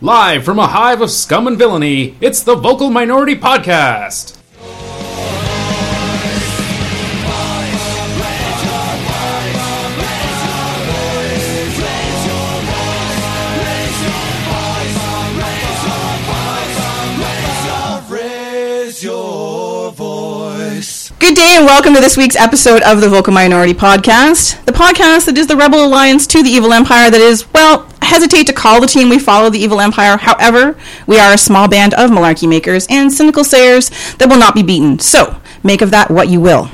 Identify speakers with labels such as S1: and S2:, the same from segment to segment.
S1: Live from a hive of scum and villainy, it's the Vocal Minority Podcast.
S2: Good day and welcome to this week's episode of the Vocal Minority Podcast, the podcast that is the rebel alliance to the evil empire that is, well, I hesitate to call the team we follow the evil empire. However, we are a small band of malarkey makers and cynical sayers that will not be beaten. So, make of that what you will.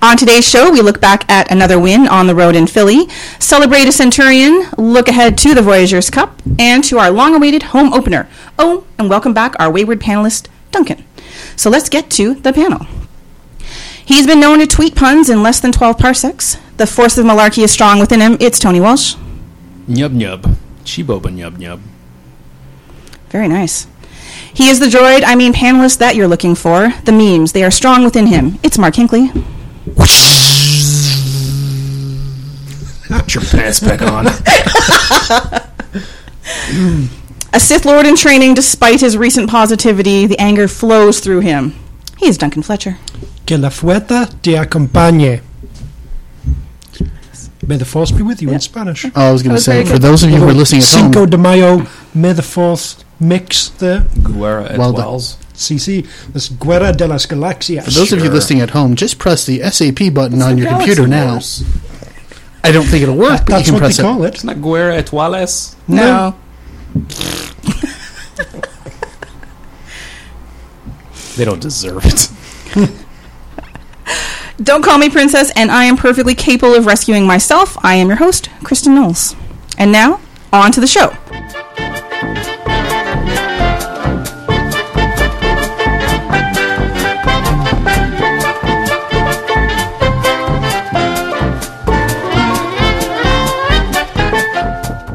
S2: On today's show, we look back at another win on the road in Philly, celebrate a Centurion, look ahead to the Voyagers Cup, and to our long awaited home opener. Oh, and welcome back our wayward panelist, Duncan. So let's get to the panel. He's been known to tweet puns in less than 12 parsecs. The force of malarkey is strong within him. It's Tony Walsh.
S1: Nyub nyub. Chiboba nyub nyub.
S2: Very nice. He is the droid, I mean panelist that you're looking for. The memes, they are strong within him. It's Mark Hinckley.
S1: Put your pants back on.
S2: A Sith Lord in training, despite his recent positivity, the anger flows through him. He is Duncan Fletcher.
S3: Que la fuerza te acompañe. May the force be with you in Spanish.
S4: Oh, I was going to say, for those of you who are listening at
S3: Cinco
S4: home,
S3: de Mayo, may the force mix the
S5: Guerra et
S4: Well done.
S5: Wells.
S3: CC, this Guerra de las Galaxias.
S4: for those of you
S5: Sure.
S4: listening at home, just press the SAP button on your computer now. I don't think it'll work, but you
S3: That's
S4: can
S3: what
S4: press
S3: they
S4: it.
S3: call it.
S5: It's not Guerra et Wales.
S3: No.
S1: They don't deserve it.
S2: Don't call me princess, and I am perfectly capable of rescuing myself. I am your host, Kristen Knowles. And now, on to the show.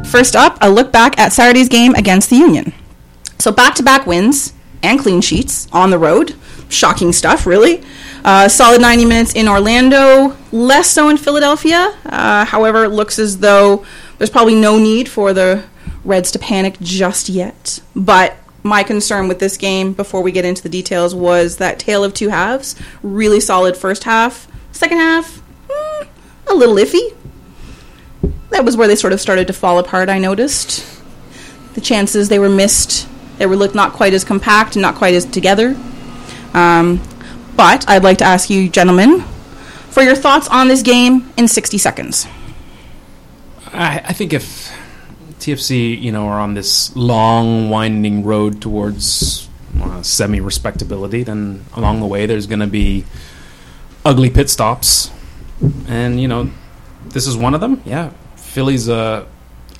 S2: First up, a look back at Saturday's game against the Union. So back to back wins and clean sheets on the road. Shocking stuff, really. Uh, solid 90 minutes in Orlando, less so in Philadelphia. Uh, however, it looks as though there's probably no need for the Reds to panic just yet. But my concern with this game, before we get into the details, was that tale of two halves. Really solid first half. Second half, mm, a little iffy. That was where they sort of started to fall apart, I noticed the chances they were missed. They were looked not quite as compact and not quite as together. Um, but I'd like to ask you, gentlemen, for your thoughts on this game in 60 seconds.
S1: I, I think if TFC, you know, are on this long, winding road towards uh, semi-respectability, then along the way there's going to be ugly pit stops, and you know, this is one of them. Yeah, Philly's a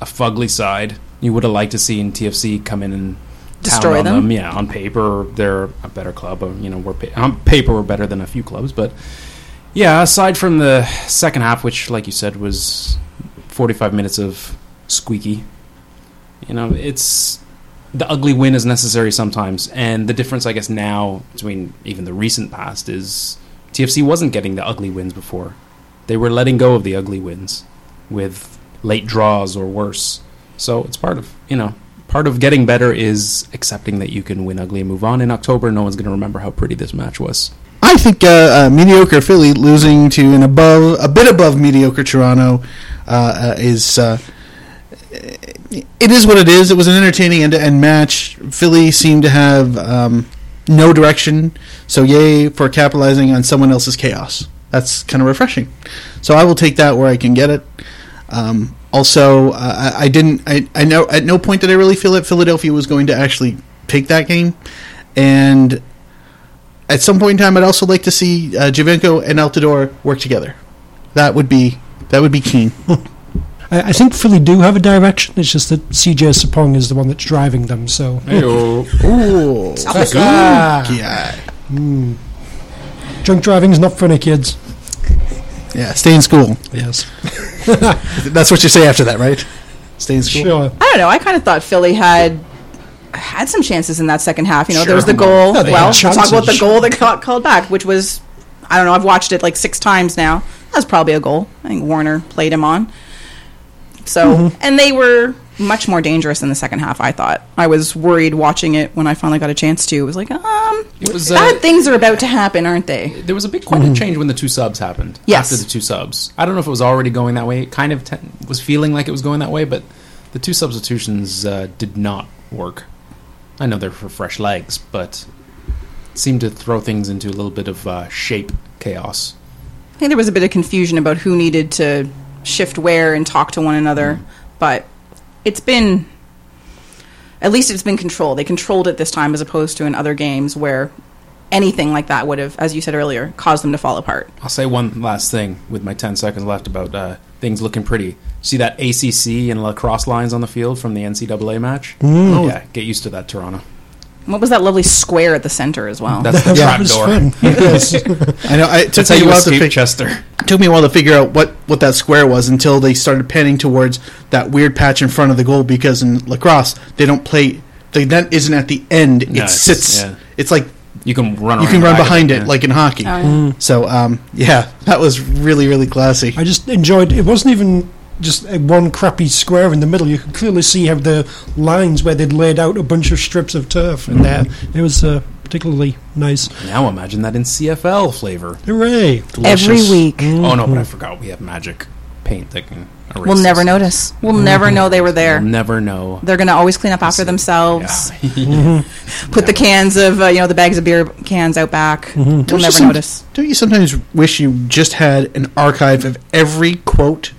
S1: a fugly side. You would have liked to see in TFC come in and pound
S2: Destroy
S1: on
S2: them.
S1: Yeah, on paper they're a better club. Or, you know, we're pa- on paper we're better than a few clubs, but yeah, aside from the second half, which, like you said, was 45 minutes of squeaky, you know, it's the ugly win is necessary sometimes. And the difference, I guess, now between even the recent past is TFC wasn't getting the ugly wins before. They were letting go of the ugly wins with late draws or worse. So it's part of, you know, part of getting better is accepting that you can win ugly and move on. In October, no one's going to remember how pretty this match was.
S4: I think uh, uh, mediocre Philly losing to an above, a bit above mediocre Toronto uh, uh, is. Uh, it is what it is. It was an entertaining end-to-end match. Philly seemed to have um, no direction, so yay for capitalizing on someone else's chaos. That's kind of refreshing. So I will take that where I can get it. Um, also, uh, I, I didn't. I, I know at no point did I really feel that Philadelphia was going to actually take that game, and at some point in time, I'd also like to see uh, Javinko and Altidore work together. That would be that would be keen.
S3: I, I think Philly do have a direction. It's just that CJ Sapong is the one that's driving them. So
S4: Ooh,
S3: Ah,
S4: yeah,
S3: drunk driving's not funny, kids.
S4: yeah. Stay in school.
S3: Yes,
S4: That's what you say after that, right? Stay in school.
S3: sure.
S2: I don't know. I kind of thought Philly had had some chances in that second half. You know, there was the
S4: Sure.
S2: goal.
S3: No, they
S2: well,
S3: had
S2: talk about the
S3: chances.
S2: goal that got called back, which was I don't know. I've watched it like six times now.
S3: Mm-hmm.
S2: That was probably a goal. I think Warner played him on. So, and they were much more dangerous in the second half. I thought I was worried watching it when I finally got a chance to. It was like, um,
S1: It was,
S2: bad
S1: uh,
S2: things are about to happen, aren't they?
S1: There was a big quite a change when the two subs happened.
S2: Yes.
S1: After the two subs. I don't know if it was already going that way. It kind of te- was feeling like it was going that way, but the two substitutions uh, did not work. I know they're for fresh legs, but it seemed to throw things into a little bit of uh, shape chaos.
S2: I think there was a bit of confusion about who needed to shift where and talk to one another, but it's been at least it's been controlled. They controlled it this time as opposed to in other games where anything like that would have, as you said earlier, caused them to fall apart.
S1: I'll say one last thing with my 10 seconds left about uh, things looking pretty. See that ACC and lacrosse lines on the field from the NCAA match? Yeah, get used to that, Toronto.
S2: What was that lovely square at the center as well?
S1: That's the
S3: that
S1: trap
S3: was
S1: door.
S3: fun. Yes.
S4: I know. I, it took
S1: That's how
S4: me a
S1: you
S4: while to
S1: escape
S4: fig-
S1: Chester.
S4: it took me a while to figure out what what that square was until they started panning towards that weird patch in front of the goal because in lacrosse they don't play. The net isn't at the end.
S1: No,
S4: it
S1: it's-
S4: sits.
S1: yeah.
S4: It's like
S1: You can run.
S4: you
S1: around
S4: can
S1: the
S4: run
S1: back of
S4: behind it,
S1: yeah.
S4: like in hockey.
S2: Oh, yeah.
S4: So um, yeah, that was really really classy.
S3: I just enjoyed. It wasn't even just uh, one crappy square in the middle. You could clearly see how the lines where they'd laid out a bunch of strips of turf in there. It was uh, particularly nice.
S1: Now imagine that in CFL flavor.
S3: Hooray!
S2: Every
S4: Delicious.
S2: week.
S1: Oh no, but I forgot we have magic paint that can erase.
S2: We'll never
S1: this.
S2: notice. We'll
S1: Mm-hmm.
S2: never know they were there.
S1: We'll never know.
S2: They're going to always clean up after
S1: Yeah.
S2: themselves.
S1: Yeah. Mm-hmm.
S2: Put the cans of, uh, you know, the bags of beer cans out back. We'll
S4: Don't you
S2: never
S4: some-
S2: notice.
S4: Don't you sometimes wish you just had an archive of every quote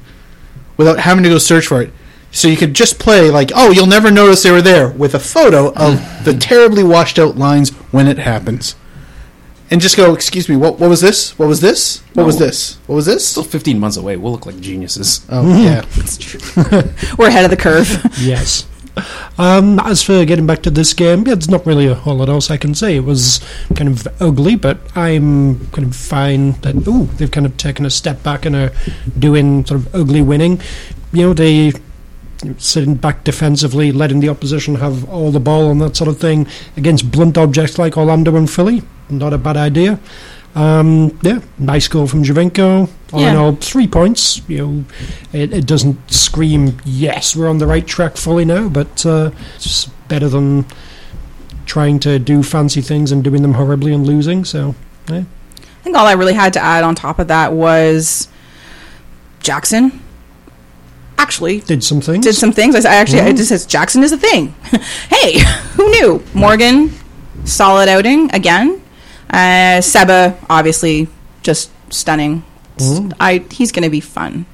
S4: without having to go search for it? So you could just play like, "Oh, you'll never notice they were there," with a photo of the terribly washed out lines when it happens, and just go, "Excuse me, what? What was this? What was this? What was
S1: No.
S4: this? What was this?"
S1: Still 15 months away. We'll look like geniuses.
S4: Oh yeah,
S2: We're ahead of the curve.
S3: yes. Um, as for getting back to this game, yeah, there's not really a whole lot else I can say. It was kind of ugly, but I'm kind of fine that ooh they've kind of taken a step back and are doing sort of ugly winning. You know they sitting back defensively, letting the opposition have all the ball and that sort of thing against blunt objects like Orlando and Philly. Not a bad idea. Um, yeah, nice goal from Javinko. All in
S2: Yeah.
S3: all, three points. You know, it, it doesn't scream yes, we're on the right track fully now, but uh, it's better than trying to do fancy things and doing them horribly and losing. So
S2: I think all I really had to add on top of that was Jackson actually
S3: did some things.
S2: did some things. I s- I actually, it just says Jackson is a thing. hey, who knew? Morgan, solid outing again. Uh, Seba, obviously, just stunning. S- I he's going to be fun.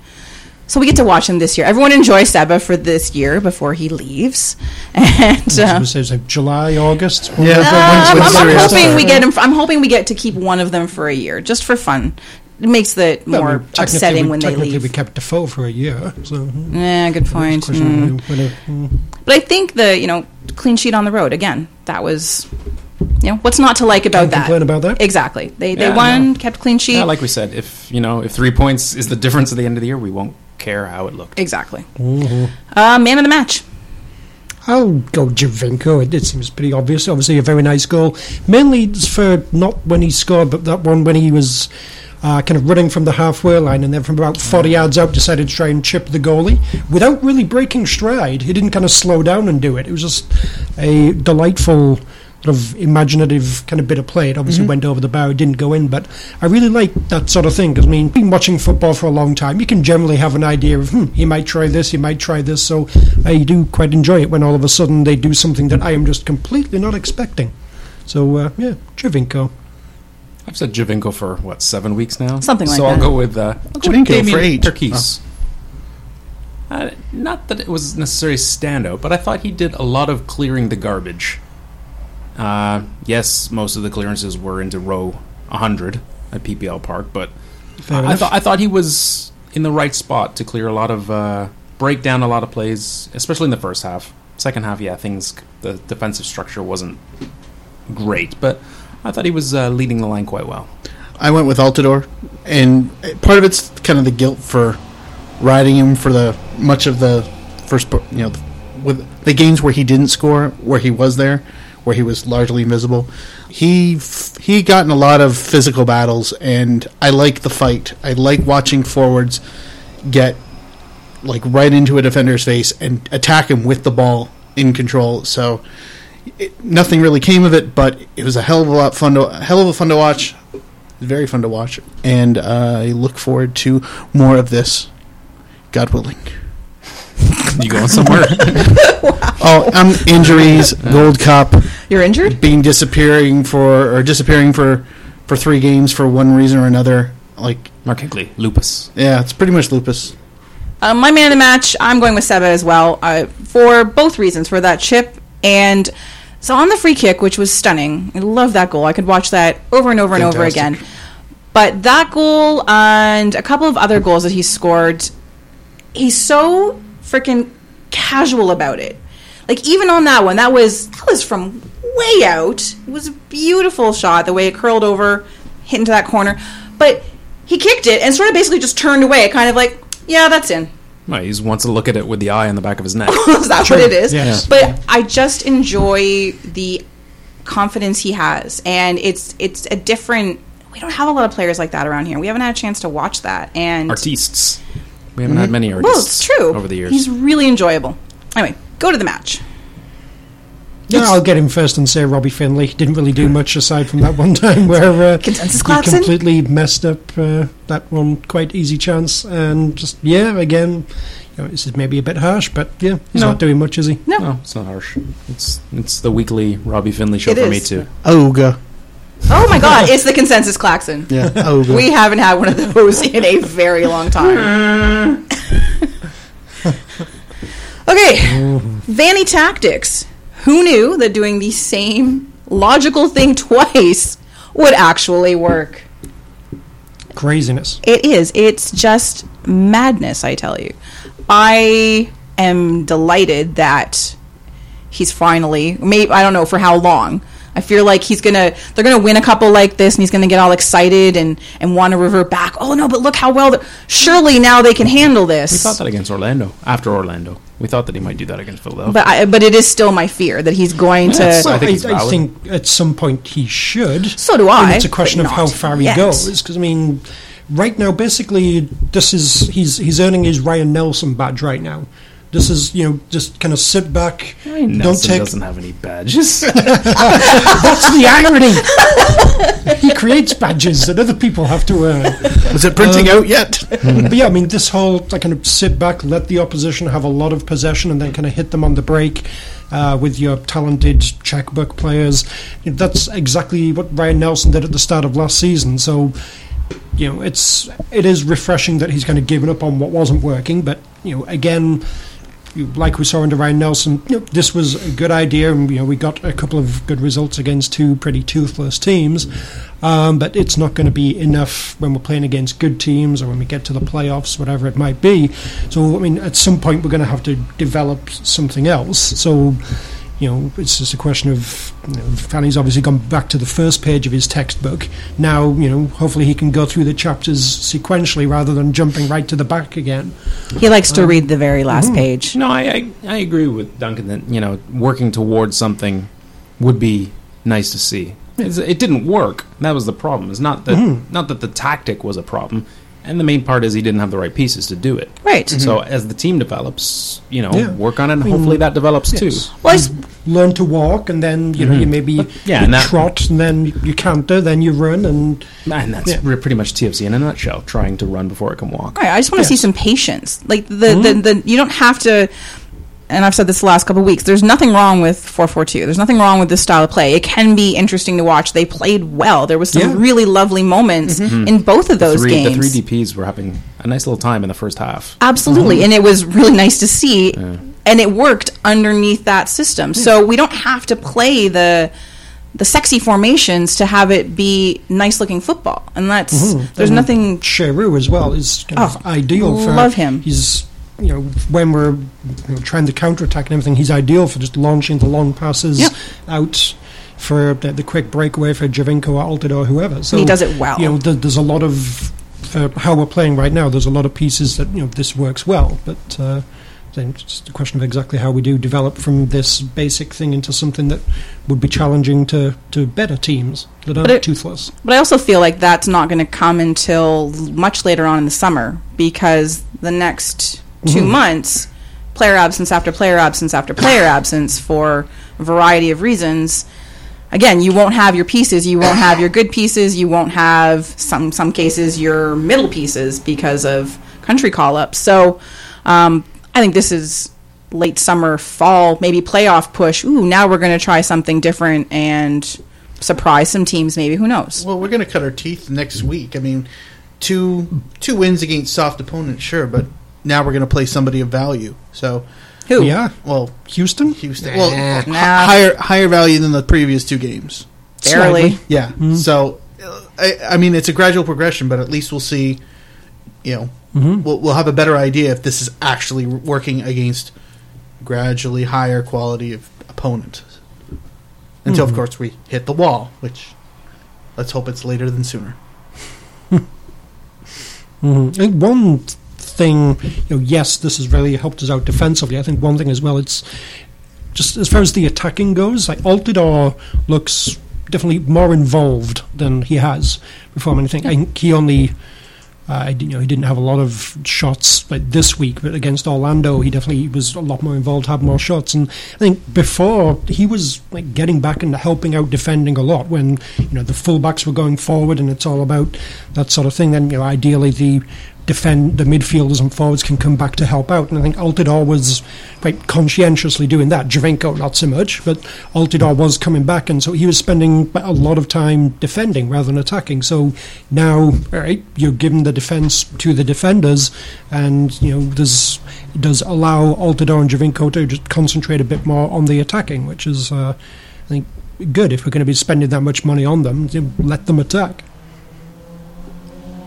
S2: So we get to watch him this year. Everyone enjoy Seba for this year before he leaves. And
S3: It
S2: uh,
S3: was, it was like July, August. when
S4: Yeah.
S3: we-
S4: Uh,
S2: I'm,
S3: when
S2: I'm- Um, I'm
S3: we-
S2: hoping we get him. I'm hoping we get to keep one of them for a year, just for fun. It makes it
S3: Well,
S2: more
S3: technically
S2: upsetting
S3: we-
S2: when they
S3: Technically, we
S2: leave.
S3: kept Defoe for a year. So hmm.
S2: Yeah, good point.
S3: Question,
S2: Mm.
S3: you know, whether- hmm.
S2: But I think the you know clean sheet on the road again. That was you know what's not to like about
S3: Can't
S2: that.
S3: complain about that.
S2: Exactly. They they
S1: Yeah,
S2: won,
S1: no.
S2: kept clean sheet.
S1: Yeah, like we said, if you know, if three points is the difference at the end of the year, we won't care how it looked.
S2: exactly.
S3: Mm-hmm.
S2: Uh, man of the match.
S3: I'll go Javinko. It, it seems pretty obvious. Obviously, a very nice goal. Mainly it's for not when he scored, but that one when he was uh, kind of running from the halfway line and then from about 40 yards out decided to try and chip the goalie without really breaking stride. He didn't kind of slow down and do it. It was just a delightful sort of imaginative kind of bit of play. It
S1: Mm-hmm.
S3: obviously went over the bar, it didn't go in, but I really like that sort of thing because I mean, been watching football for a long time. You can generally have an idea of hmm, he might try this, he might try this. So I do quite enjoy it when all of a sudden they do something that I am just completely not expecting. So uh, yeah, Javinko.
S1: I've said Javinko for what seven weeks now,
S2: Something like
S1: so
S2: that.
S1: I'll go with uh, I'll go with
S4: Javinko
S1: Damien
S4: for eight.
S1: Turkis. Uh, not that it was necessarily a standout, but I thought he did a lot of clearing the garbage. Uh, yes, most of the clearances were into row 100 at PPL Park, but
S3: Fair
S1: I, I
S3: enough.
S1: thought I thought he was in the right spot to clear a lot of uh, break down a lot of plays, especially in the first half. Second half, yeah, things the defensive structure wasn't great, but I thought he was uh, leading the line quite well.
S4: I went with Altidore, and part of it's kind of the guilt for riding him for the much of the first, po- you know, with the games where he didn't score, where he was there, where he was largely invisible. He f- he got in a lot of physical battles, and I like the fight. I like watching forwards get like right into a defender's face and attack him with the ball in control. So it, nothing really came of it, but it was a hell of a lot fun to hell of a fun to watch. Very fun to watch, and uh, I look forward to more of this, God willing.
S1: You going somewhere?
S4: Oh, um, injuries, Gold Cup
S2: You're injured?
S4: being disappearing for or disappearing for for three games for one reason or another. Like,
S1: Mark Higley, lupus.
S4: yeah, it's pretty much lupus.
S2: Um, my man of the match, I'm going with Seba as well uh, for both reasons for that chip and so on the free kick, which was stunning. I love that goal. I could watch that over and over and over again.
S4: Fantastic.
S2: But that goal and a couple of other goals that he scored, he's so freaking casual about it. Like even on that one, that was that was from way out. It was a beautiful shot, the way it curled over, hit into that corner. But he kicked it and sort of basically just turned away, kind of like, yeah, that's in.
S1: Well, he just wants to look at it with the eye on the back of his neck.
S2: Is that what it is?
S3: yes.
S2: But I just enjoy the confidence he has, and it's it's a different. We don't have a lot of players like that around here. We haven't had a chance to watch that, and
S1: artists. We haven't had many artists
S2: well, it's true.
S1: over the years.
S2: he's really enjoyable. Anyway, go to the match.
S3: Yeah, I'll get him first and say Robbie Finley didn't really do much aside from that one time where uh,
S2: Consensus
S3: he
S2: collapsing?
S3: completely messed up uh, that one quite easy chance and just yeah again. You know, this is maybe a bit harsh, but yeah, he's
S1: No.
S3: not doing much, is he?
S2: No,
S1: no, it's not harsh. It's it's the weekly Robbie Finley show
S2: It
S1: for me
S2: is.
S1: too.
S4: Oga.
S2: oh my God, it's the consensus klaxon.
S4: Yeah, Oga.
S2: We haven't had one of those in a very long time. okay. Vanny Tactics. Who knew that doing the same logical thing twice would actually work?
S3: Craziness.
S2: It is. It's just madness, I tell you. I am delighted that he's finally maybe I don't know for how long. I feel like he's gonna they're gonna win a couple like this and he's gonna get all excited and and want to revert back. Oh no, but look how well they're surely now they can handle this.
S1: We thought that against Orlando. After Orlando, we thought that he might do that against Philadelphia.
S2: But I, but it is still my fear that he's going to
S1: so- I think he's
S3: I,
S1: valid.
S3: think at some point he should.
S2: So do
S3: And
S2: I,
S3: it's a question
S2: but
S3: of how
S2: not
S3: far he
S2: yet.
S3: goes. Because I mean, right now, basically, this is he's he's earning his Ryan Nelson badge right now. This is you know just kind of sit back, don't
S1: Nelson
S3: take
S1: doesn't have any badges.
S3: That's the irony. he creates badges that other people have to earn.
S4: Was it printing out yet?
S3: But yeah, I mean, this whole like, kind of sit back, let the opposition have a lot of possession, and then kind of hit them on the break uh, with your talented checkbook players. You know, that's exactly what Ryan Nelson did at the start of last season. So, you know, it's it is refreshing that he's kind of given up on what wasn't working. But you know, again. You, like we saw under Ryan Nelson, you know, this was a good idea, and you know we got a couple of good results against two pretty toothless teams. Um, but it's not going to be enough when we're playing against good teams or when we get to the playoffs, whatever it might be. So, I mean, at some point we're going to have to develop something else. So, you know, it's just a question of you know, Fanny's obviously gone back to the first page of his textbook. Now, you know, hopefully he can go through the chapters sequentially rather than jumping right to the back again.
S2: he likes to read the very last
S1: Mm-hmm.
S2: page.
S1: No, I, I I agree with Duncan that you know working towards something would be nice to see. It's, it didn't work. That was the problem. It's not that not that the tactic was a problem, and the main part is he didn't have the right pieces to do it.
S2: Right.
S1: So as the team develops, you know,
S3: Yeah.
S1: work on it, and hopefully that develops too.
S2: Well, I s-
S3: Learn to walk, and then you know you maybe
S1: Mm-hmm. yeah,
S3: you
S1: and that-
S3: trot, and then you canter, then you run, and
S1: And that's
S3: Yeah.
S1: re- pretty much TFC in a nutshell. Trying to run before it can walk.
S2: Right, I just want to see
S3: Yes.
S2: some patience. Like the,
S1: Mm-hmm.
S2: the the you don't have to. And I've said this the last couple of weeks. There's nothing wrong with four four two. There's nothing wrong with this style of play. It can be interesting to watch. They played well. There was some
S3: Yeah.
S2: really lovely moments in both of those
S1: three,
S2: games.
S1: Mm-hmm. The three DPS were having a nice little time in the first half.
S2: Absolutely,
S1: Mm-hmm.
S2: and it was really nice to see, and it worked underneath that system. So we don't have to play the the sexy formations to have it be nice looking football. And that's
S1: Mm-hmm.
S2: there's
S3: And
S2: nothing
S3: Cheru as well is kind of
S2: Oh,
S3: ideal for.
S2: love him.
S3: He's you know when we're you know, trying to counterattack and everything, he's ideal for just launching the long passes
S2: Yeah.
S3: out for the, the quick breakaway for Javinko or Altidore or whoever. So
S2: he does it well.
S3: You know, there, there's a lot of for how we're playing right now. There's a lot of pieces that you know this works well, but. Uh, then it's just a question of exactly how we do develop from this basic thing into something that would be challenging to, to better teams that aren't
S2: it-
S3: toothless.
S2: But I also feel like that's not going to come until much later on in the summer because the next two months, player absence after player absence after player absence for a variety of reasons. Again, you won't have your pieces, you won't have your good pieces, you won't have some some cases your middle pieces because of country call ups. So um, I think this is late summer, fall, maybe playoff push. Ooh, now we're going to try something different and surprise some teams. Maybe who knows?
S4: Well, we're going to cut our teeth next week. I mean, two two wins against soft opponents, sure, but now we're going to play somebody of value. So,
S2: Who?
S3: Yeah.
S4: well,
S3: Houston?
S4: Houston, well, h-
S2: Nah.
S4: higher higher value than the previous two games.
S2: Barely.
S4: Yeah.
S2: Mm-hmm.
S4: So, uh, I, I mean, it's a gradual progression, but at least we'll see. You know,
S2: Mm-hmm.
S4: we'll, we'll have a better idea if this is actually working against gradually higher quality of opponent. Until,
S2: Mm-hmm.
S4: of course, we hit the wall, which let's hope it's later than sooner.
S3: hmm I think one thing, you know, yes, this has really helped us out defensively. I think one thing as well, it's just as far as the attacking goes, like Altidore looks definitely more involved than he has before. And I think, I think he only, uh, you know, he didn't have a lot of shots like this week, but against Orlando, he definitely was a lot more involved, had more shots. And I think before he was like getting back and helping out defending a lot when you know the fullbacks were going forward and it's all about that sort of thing. Then you know, ideally the defend the midfielders and forwards can come back to help out. And I think Altidore was quite conscientiously doing that. Javinko not so much, but Altidore was coming back, and so he was spending a lot of time defending rather than attacking. So now, all right, you're giving the defence to the defenders, and you know there's it does allow Altidore and Javinko to just concentrate a bit more on the attacking, which is uh, I think good if we're going to be spending that much money on them. you know, Let them attack.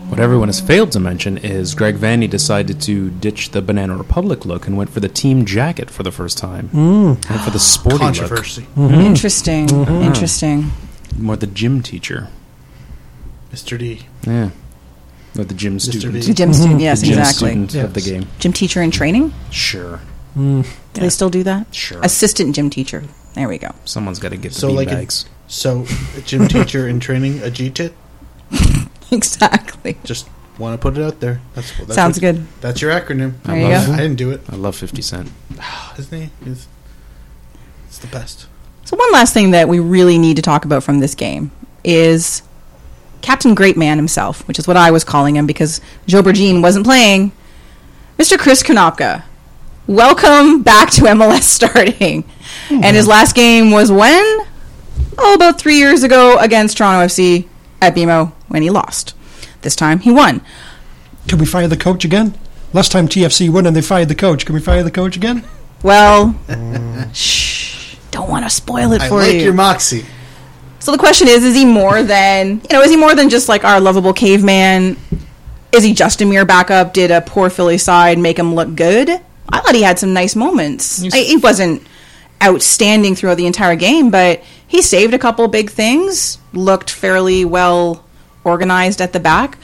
S1: What everyone has failed to mention is Greg Vanny decided to ditch the Banana Republic look and went for the team jacket for the first time. Mm. Went for the sporty look,
S4: Controversy.
S2: Mm-hmm. Interesting. Interesting.
S1: more the gym teacher.
S4: Mr. D.
S1: Yeah, or the gym
S4: Mr.
S1: student.
S4: V.
S2: Gym student. Mm-hmm. Yes,
S1: the gym
S2: exactly.
S1: student of the
S3: Yes.
S1: game.
S2: Gym teacher in training.
S1: Sure,
S2: Do they still do that?
S1: Sure.
S2: Assistant gym teacher. There we go.
S1: someone's got to get the
S4: So,
S1: bean
S4: like, a,
S1: bags.
S4: so a gym teacher in training, a G tit.
S2: exactly.
S4: Just want to put it out there. That's, that's
S2: Sounds
S4: what-
S2: good.
S4: That's your acronym.
S2: There you
S1: love
S2: go.
S4: I didn't do it.
S1: I love Fifty Cent.
S4: His name is. It's the best.
S2: So one last thing that we really need to talk about from this game is Captain Great Man himself, which is what I was calling him because Joe Bergine wasn't playing. Mr. Chris Konopka, welcome back to MLS starting. And his last game was when? Oh, about three years ago against Toronto FC at BMO when he lost. This time he won.
S3: Can we fire the coach again? Last time TFC won and they fired the coach. Can we fire the coach again?
S2: Well, shh, don't want to spoil it
S4: I
S2: for
S4: like
S2: you.
S4: your moxie.
S2: So the question is: Is he more than you know? Is he more than just like our lovable caveman? Is he just a mere backup? Did a poor Philly side make him look good? I thought he had some nice moments. I, he wasn't outstanding throughout the entire game, but he saved a couple big things. Looked fairly well organized at the back.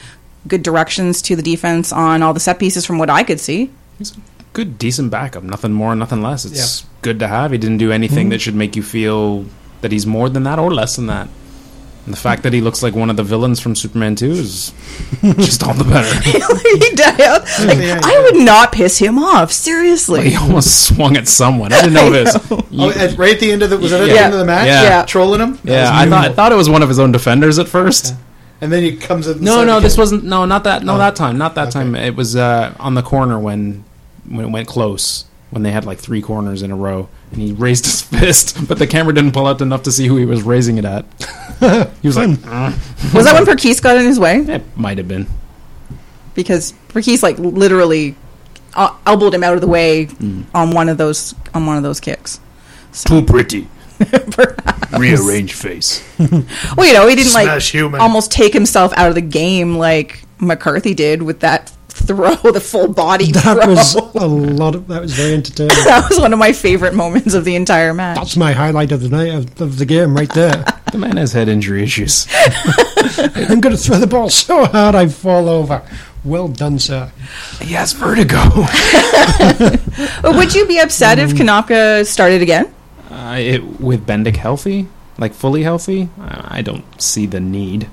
S2: Good directions to the defense on all the set pieces, from what I could see.
S1: He's a good, decent backup. Nothing more, nothing less. It's good to have. He didn't do anything that should make you feel that he's more than that or less than that. And the fact that he looks like one of the villains from Superman 2 is just all the better.
S2: He died. Like,
S4: Yeah,
S2: I would not piss him off. Seriously.
S1: he almost swung at someone. I didn't know this.
S4: Oh, at, right at the end of the was it at
S1: Yeah.
S4: the end of the match?
S1: Yeah.
S2: Yeah.
S4: trolling him.
S1: Yeah, I thought, I thought it was one of his own defenders at first.
S4: And then he comes in.
S1: No, no, this wasn't. No, not that. No,
S4: Oh.
S1: that time. Not that
S4: Okay.
S1: time. It was uh, on the corner when when it went close. When they had like three corners in a row, and he raised his fist, but the camera didn't pull out enough to see who he was raising it at. he was like, "Mm."
S2: Was that when Perkis got in his way?
S1: "It might have been."
S2: because Ricky's like literally uh, elbowed him out of the way on one of those on one of those kicks.
S1: Too pretty. Rearrange face.
S2: Well, you know, he didn't
S4: Smash
S2: like
S4: human.
S2: almost take himself out of the game like McCarthy did with that throw, the full body
S3: That
S2: throw.
S3: was a lot of. That was very entertaining.
S2: that was one of my favorite moments of the entire match.
S3: That's my highlight of the night of, of the game right there.
S1: The man has head injury issues.
S3: I'm going to throw the ball so hard I fall over. Well done, sir.
S1: he has vertigo.
S2: But would you be upset if Kanopka started again?
S1: Uh, it, with Bendick healthy, like fully healthy, I I don't see the need.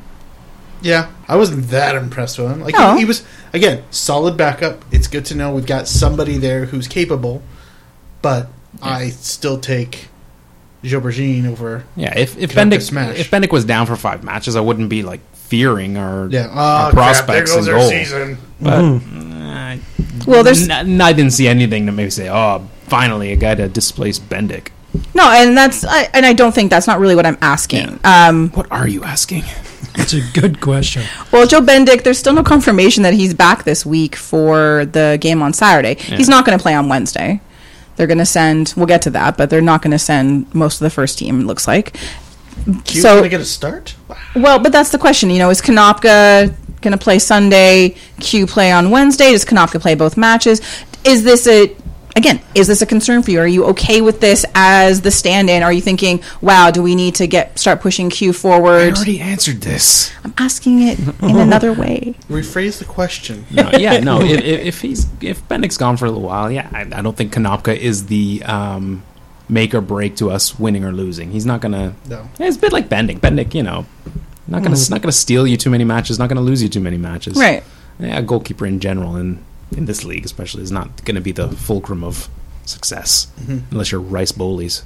S4: Yeah, I wasn't that impressed with him. Like
S2: No.
S4: he, he was again solid backup. It's good to know we've got somebody there who's capable, but I still take Jobergine over.
S1: Yeah, if if
S4: Conduct
S1: Bendick
S4: smash.
S1: if Bendick was down for five matches, I wouldn't be like fearing our,
S4: Yeah,
S1: our
S4: Ah, crap, there
S1: prospects
S4: goes
S1: and
S4: our
S1: goals.
S4: season.
S1: But uh,
S2: Well, there's
S1: n- n- I didn't see anything to maybe say, oh, finally a guy to displace Bendick.
S2: no, and that's I, and I don't think that's not really what I'm asking. Um,
S1: What are you asking?
S3: It's a good question.
S2: well, Joe Bendick, there's still no confirmation that he's back this week for the game on Saturday. He's not going to play on Wednesday. They're going to send. We'll get to that, but they're not going to send most of the first team. It looks like.
S4: Q
S2: So-
S4: gonna get a start? Wow.
S2: Well, but that's the question. You know, is Kanopka going to play Sunday? Q play on Wednesday? Does Kanopka play both matches? Is this a again? Is this a concern for you? Are you okay with this as the stand-in? Are you thinking, wow, do we need to get start pushing Q
S1: I
S2: forward?
S1: already answered this.
S2: I'm asking it in another way.
S4: Rephrase the question.
S1: No, yeah, no. if, if if he's if Bendick's gone for a little while, yeah, I, I don't think Kanopka is the um, make or break to us winning or losing. He's not gonna.
S4: No.
S1: Yeah, it's a bit like Bendick. Bendick, you know, not gonna not gonna steal you too many matches. Not gonna lose you too many matches.
S2: Right.
S1: Yeah, a goalkeeper in general in in this league especially is not gonna be the fulcrum of success unless you're Rice Bowlies.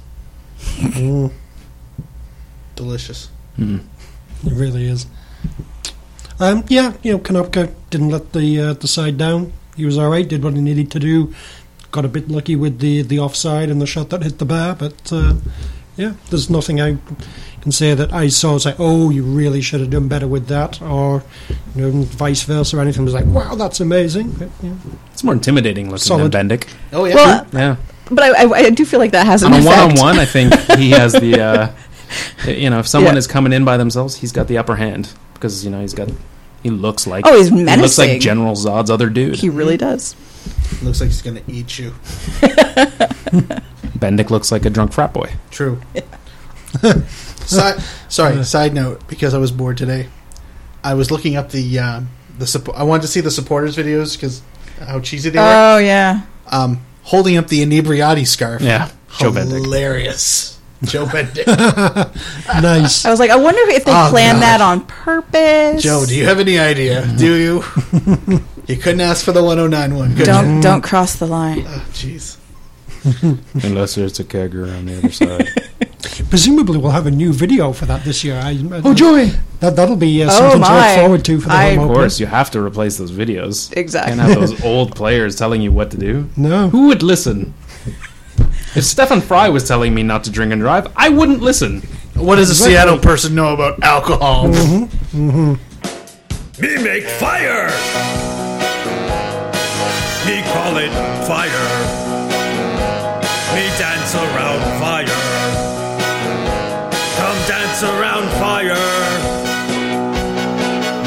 S3: Mm.
S4: Delicious.
S3: It really is. Um, yeah, you know, Kanopka didn't let the uh, the side down. He was all right. Did what he needed to do. Got a bit lucky with the the offside and the shot that hit the bar, but uh, yeah, there's nothing I can say that I saw. It's like, oh, you really should have done better with that, or you know, vice versa, or anything. It was like, wow, that's amazing. But, yeah.
S1: It's more intimidating looking
S3: Solid.
S1: than Bendick.
S4: Oh yeah.
S2: Well,
S1: Yeah.
S2: but I, I, I do feel like that has
S1: on
S2: an
S1: a
S2: effect.
S1: one-on-one, I think he has the. Uh, you know, if someone
S2: Yeah.
S1: is coming in by themselves, he's got the upper hand because you know he's got. He looks like.
S2: Oh, he's
S1: He looks
S2: menacing.
S1: like General Zod's other dude.
S2: He really does.
S4: Looks like he's gonna eat you.
S1: Bendick looks like a drunk frat boy.
S4: True. Si- sorry. Side note, because I was bored today, I was looking up the uh, the support. I wanted to see the supporters videos because how cheesy they were.
S2: Oh yeah.
S4: Um, holding up the inebriati scarf.
S1: Yeah, Joe Bendick.
S4: hilarious. Joe Bendick.
S3: nice.
S2: I was like, I wonder if they
S4: Oh,
S2: planned
S4: God.
S2: that on purpose.
S4: Joe, do you have any idea? Do you? you couldn't ask for the 109 one, could you?
S2: don't don't cross the line.
S4: Oh, Jeez.
S1: Unless there's a kegger on the other side.
S3: Presumably, we'll have a new video for that this year. I,
S4: Oh, Joey.
S3: that that'll be uh,
S2: Oh,
S3: something to
S2: my.
S3: look forward to for the
S2: I-
S3: home
S1: of
S3: opener.
S1: course, you have to replace those videos.
S2: Exactly.
S1: Can't have those old players telling you what to do.
S3: No.
S1: Who would listen? If Stefan Fry was telling me not to drink and drive, I wouldn't listen.
S4: What does a
S3: Exactly.
S4: Seattle person know about alcohol?
S5: Me make fire. Me call it fire. Me dance around fire. Come dance around fire.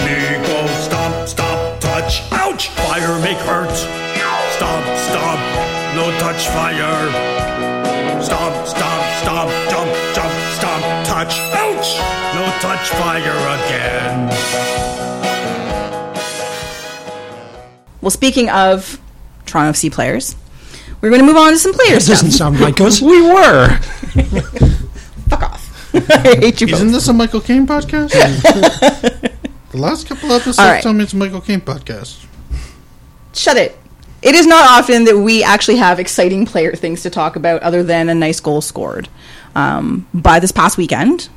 S5: Me go stop, stop, touch. Ouch! Fire make hurt. Stop, stop, no touch fire. Stomp, stomp, stomp, jump, jump, stomp, touch. Ouch! No touch fire again.
S2: Well, speaking of Toronto FC players, we're going to move on to some player
S3: It doesn't
S2: stuff.
S3: sound like us.
S1: We were.
S2: Fuck off. I hate you both.
S4: Isn't this a Michael Caine podcast? the last couple episodes
S2: All right.
S4: tell me it's a Michael Caine podcast.
S2: Shut it. It is not often that we actually have exciting player things to talk about other than a nice goal scored um, by this past weekend.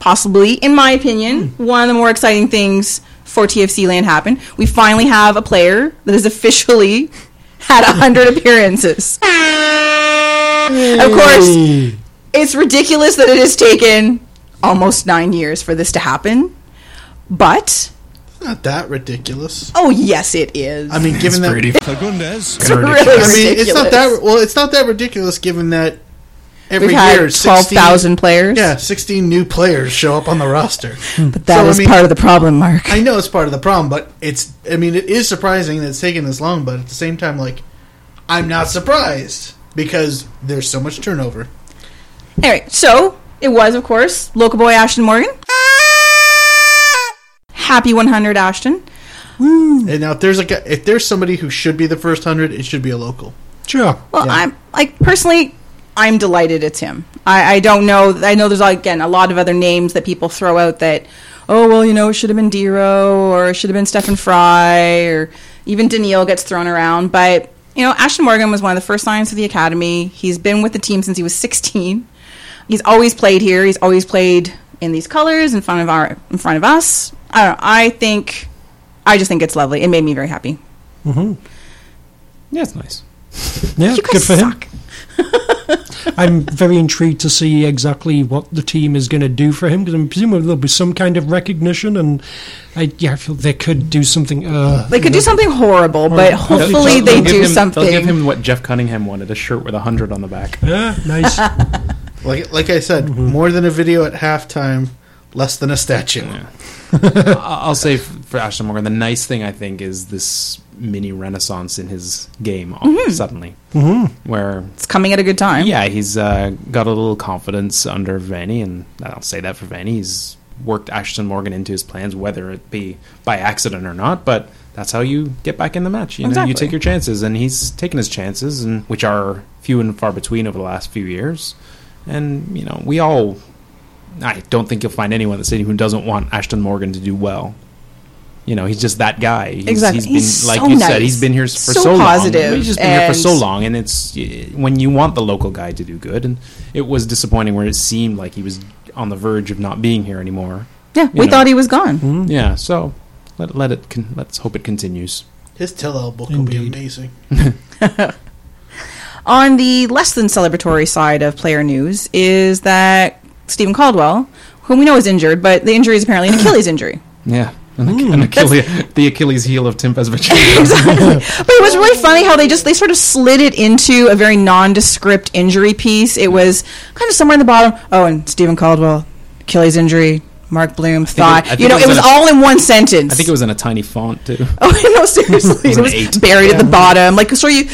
S2: Possibly, in my opinion,
S4: Hmm.
S2: one of the more exciting things for TFC land happened. We finally have a player that has officially had 100 appearances. Of course,
S3: Hey.
S2: it's ridiculous that it has taken almost nine years for this to happen. But,
S4: Not that ridiculous.
S2: oh, yes, it is.
S4: I mean, given that
S2: it's really ridiculous.
S4: I mean, it's not that well. It's not that ridiculous, given that every
S2: We've had
S4: year 16
S2: 12,000 players.
S4: Yeah, sixteen new players show up on the roster.
S2: But that
S4: So, I
S2: was
S4: mean-
S2: part of the problem, Mark.
S4: I know it's part of the problem, but it's. I mean, it is surprising that it's taken this long, but at the same time, like, I'm not surprised because there's so much turnover.
S2: Anyway, so it was, of course, local boy Ashton Morgan. Happy 100, Ashton. Hmm.
S4: And now, if there's a guy, if there's somebody who should be the first hundred, it should be a local.
S3: Sure.
S2: Well,
S4: Yeah.
S2: I'm like personally, I'm delighted it's him. I, I don't know. I know there's again a lot of other names that people throw out that oh, well, you know, it should have been Dero or it should have been Stefan Fry or even Daniil gets thrown around. But, you know, Ashton Morgan was one of the first signings to the academy. He's been with the team since he was 16. He's always played here. He's always played in these colors in front of our in front of us. I don't know. I think I just think it's lovely. It made me very happy.
S1: Yeah, it's nice.
S3: Yeah,
S2: You guys
S3: good for him.
S2: suck.
S3: I'm very intrigued to see exactly what the team is going to do for him because I'm presuming there'll be some kind of recognition, and I, yeah, I feel they could do something. Uh,
S2: They could do something horrible, but hopefully
S1: They'll- they'll
S2: they
S1: give
S2: do
S1: him- They'll give
S2: something.
S1: him what Jeff Cunningham wanted, a shirt with a hundred on the back.
S3: Yeah, nice.
S4: Like like I said, more than a video at halftime, less than a statue.
S1: I- I'll say f- for Ashton Morgan, the nice thing I think is this mini renaissance in his game suddenly, mm-hmm. where
S2: It's coming at a good time.
S1: yeah, he's uh, got a little confidence under Vanny, and I'll say that for Vanny, he's worked Ashton Morgan into his plans, whether it be by accident or not. But that's how you get back in the match. You know, you
S2: Exactly.
S1: take your chances, and he's taken his chances, and which are few and far between over the last few years. And you know, we all. I don't think you'll find anyone in the city who doesn't want Ashton Morgan to do well. You know, he's just that guy. He's,
S2: Exactly.
S1: He's been,
S2: He's
S1: like
S2: so
S1: you
S2: nice.
S1: said, he's been here for
S2: So
S1: so, long.
S2: positive
S1: He's just been here for so
S2: and-
S1: long long, and it's y- when you want the local guy to do good and it was disappointing where it seemed like he was on the verge of not being here anymore
S2: Yeah, we
S1: know.
S2: thought he was gone.
S1: yeah so let, let it con- let's hope it continues
S4: His tell-all book will be
S3: Indeed.
S4: amazing.
S2: On the less than celebratory side of player news is that Stephen Caldwell, whom we know is injured, but the injury is apparently an Achilles injury.
S1: yeah an, Ach-
S2: Mm.
S1: an Achille- the Achilles heel of Tim Pesvich.
S2: But it was really funny how they just they sort of slid it into a very nondescript injury piece. It was kind of somewhere in the bottom. Oh, and Stephen Caldwell, Achilles injury, Mark Bloom,
S1: I
S2: thigh.
S1: think
S2: You know,
S1: it
S2: it
S1: was
S2: was
S1: in a-
S2: all in one sentence.
S1: I think it was in a tiny font too.
S2: Oh no, seriously, it
S1: an
S2: was
S1: eight.
S2: buried at the bottom. Like, so you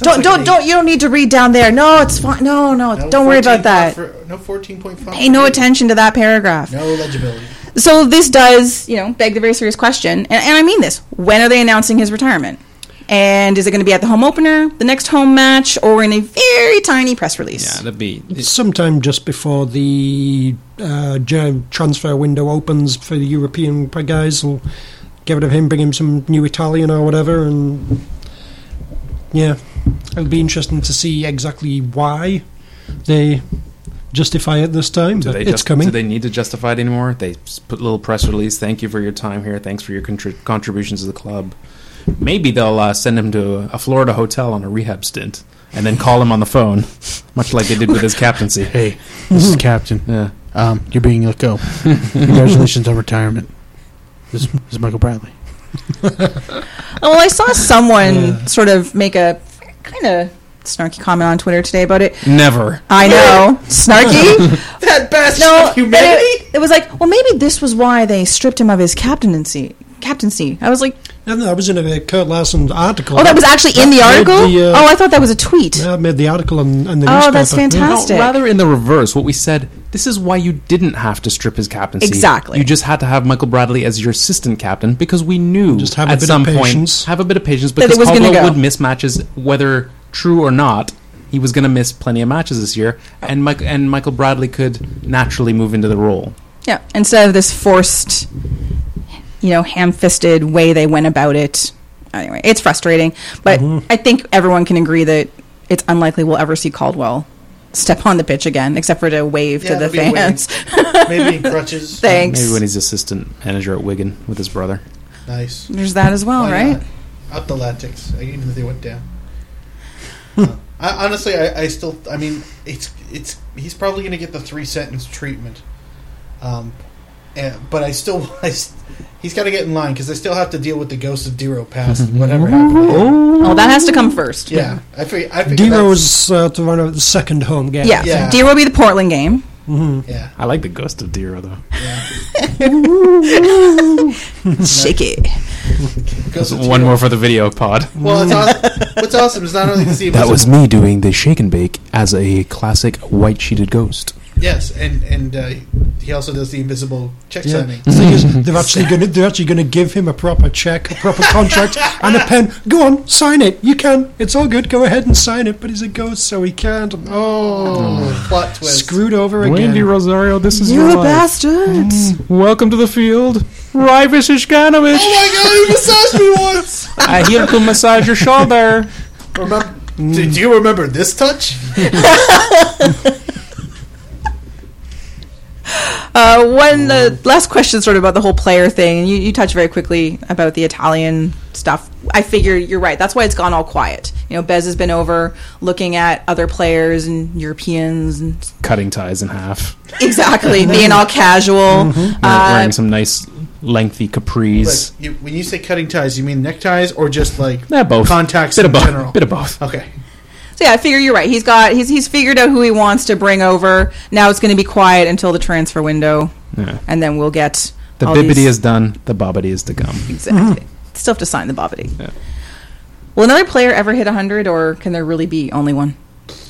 S2: don't
S4: like
S2: don't
S4: an
S2: don't you don't need to read down there. No, it's fine. No, no, don't worry about that.
S4: no fourteen point five.
S2: Pay no attention to that paragraph.
S4: No legibility.
S2: So this does, you know, beg the very serious question, and, and I mean this: When are they announcing his retirement? And is it going to be at the home opener, the next home match, or in a very tiny press
S1: Yeah,
S2: release?
S1: that'd be
S3: Sometime just before the uh, j- transfer window opens for the European guys, will get rid of him, bring him some new Italian or whatever, and yeah, it'll be interesting to see exactly why they justify it this time.
S1: do
S3: but
S1: they
S3: it's
S1: just,
S3: coming.
S1: Do they need to justify it anymore? They s- put a little press release. Thank you for your time here. Thanks for your contri- contributions to the club. Maybe they'll uh, send him to a Florida hotel on a rehab stint, and then call him on the phone, much like they did with his captaincy.
S4: Hey, this is Captain.
S1: Yeah.
S4: Um, you're being let go. Congratulations on retirement. This, this is Michael Bradley.
S2: Oh, Well, I saw someone sort of make a kind of snarky comment on Twitter today about it.
S1: Never.
S2: I know, snarky.
S4: That bastard
S2: No, but it, it was like, well, maybe this was why they stripped him of his captaincy. Captaincy. I was like,
S3: No, no, that was in a Kurt Larson article.
S2: oh, that was actually in the
S3: That made
S2: article.
S3: the, uh,
S2: oh, I thought that was a tweet.
S3: Yeah, I made the article and, and the newspaper.
S2: Oh, that's
S3: Yeah.
S2: fantastic.
S1: rather in the reverse, what we said, this is why you didn't have to strip his captaincy.
S2: Exactly.
S1: You just had to have Michael Bradley as your assistant captain because we knew
S3: Just have a
S1: at
S3: bit of
S1: some
S3: patience.
S1: point have a bit of patience
S2: it
S1: because
S2: was gonna
S1: Caldwell
S2: go.
S1: would miss matches whether true or not. He was going to miss plenty of matches this year, and Mike, and Michael Bradley could naturally move into the role.
S2: Yeah, instead of this forced, you know, ham-fisted way they went about it. Anyway, it's frustrating, but
S3: Mm-hmm.
S2: I think everyone can agree that it's unlikely we'll ever see Caldwell step on the pitch again, except for to wave
S4: Yeah,
S2: to the
S4: it'll be a wave.
S2: fans.
S4: Maybe in crutches.
S2: Thanks.
S1: Maybe when he's assistant manager at Wigan with his brother.
S4: Nice.
S2: There's that as well,
S4: Why
S2: right?
S4: not? Up the latex, even if they went down. uh, I, honestly, I, I still. I mean, it's it's. He's probably going to get the three sentence treatment. Um, and, but I still. I, s- he's got to get in line because I still have to deal with the ghost of Dero past and whatever happened. to him.
S2: Well, that has to come first.
S4: Yeah, I figure. I figure that's-
S3: D-Rose uh, to run out the second home game.
S2: Yeah.
S4: Yeah.
S2: Deer will be the Portland game.
S4: Yeah,
S1: I like the ghost of Dero though.
S2: Shake it.
S4: ghost of
S1: One
S4: Dero.
S1: more for the video pod.
S4: Well, it's awesome. what's awesome is not only to see him
S1: Mm. That
S4: as a-
S1: was me doing the shake and bake as a classic white sheeted ghost.
S4: Yes, and and uh, he also does the invisible check
S3: Yeah.
S4: signing.
S3: The thing is, they're actually going to they're actually going to give him a proper check, a proper contract, and a pen. Go on, sign it. You can. It's all good. Go ahead and sign it. But he's a ghost, so he can't. Oh,
S4: Plot twist.
S3: screwed over again.
S6: Wendy Rosario, this is
S2: You
S6: your life.
S2: bastards.
S1: Mm-hmm.
S6: Welcome to the field, Rivas Ishkanovich.
S4: Oh my god, he massaged me once.
S1: I here to massage your shoulder.
S4: Remember?
S1: Mm.
S4: Do, do you remember this touch?
S2: Uh, one the last question, sort of about the whole player thing. You, you touched very quickly about the Italian stuff. I figure you're right. That's why it's gone all quiet. You know, Bez has been over looking at other players and Europeans, and
S1: Cutting ties in half. Mm-hmm.
S2: exactly being all casual.
S1: Wearing-
S2: Uh,
S1: wearing some nice lengthy capris.
S4: Like, you, when you say cutting ties, you mean neckties or just like
S1: Yeah, both.
S4: contacts
S1: Bit
S4: in
S1: of both.
S4: general? Oh.
S1: Bit of both.
S4: Okay.
S2: so yeah, I figure you're right. He's got he's he's figured out who he wants to bring over. Now it's going to be quiet until the transfer window,
S1: Yeah.
S2: and then we'll get
S1: The
S2: all
S1: bibbity is
S2: these-
S1: done. The bobbity is to come.
S2: Exactly. Still have to sign the bobbity.
S1: Yeah.
S2: Will another player ever hit 100, or can there really be only one?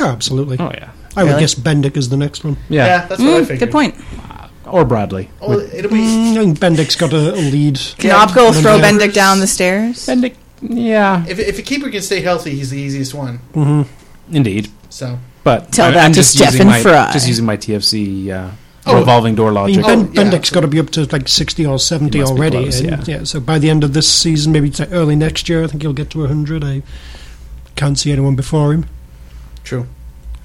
S3: Oh, absolutely.
S1: Oh yeah.
S3: I would
S2: Really?
S3: guess Bendick is the next one.
S1: Yeah.
S4: Yeah, that's what
S2: Mm,
S4: I figured.
S2: good point.
S1: Or Bradley.
S4: Oh, it'll be.
S3: Mm, I think Bendick's got a, a lead.
S2: Knopko will throw
S3: Yeah.
S2: Bendick down the stairs.
S1: Bendick. Yeah.
S4: If, if a keeper can stay healthy, he's the easiest one.
S1: Indeed.
S4: So.
S1: But
S2: Tell
S1: I-
S2: that
S1: I'm
S2: to
S1: just using
S2: Stephen
S1: my,
S2: Fry.
S1: Just using my TFC uh,
S4: Oh.
S1: revolving door
S3: I mean,
S1: logic.
S4: Oh,
S3: ben,
S4: yeah.
S3: Bendick's got to be up to like 60 or 70
S1: He must be
S3: already.
S1: close,
S3: and,
S1: yeah.
S3: So by the end of this season, maybe it's like early next year, I think he'll get to 100. I can't see anyone before him.
S4: True.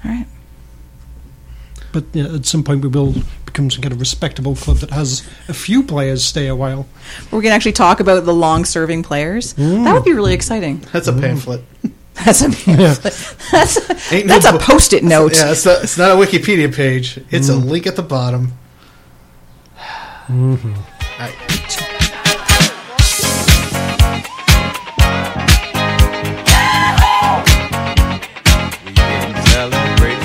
S2: All right.
S3: But you know, at some point, we will become some kind of respectable club that has a few players stay a while.
S2: We're going to actually talk about the long serving players.
S4: Mm.
S2: That would be really exciting.
S4: That's
S1: Mm.
S4: a pamphlet.
S2: That's a, that's a,
S4: Ain't
S2: that's
S4: no
S2: a
S4: bo-
S2: post it note.
S4: Yeah, it's not, it's not a Wikipedia page. It's
S1: Mm.
S4: a link at the bottom. Alright.
S7: We in celebration.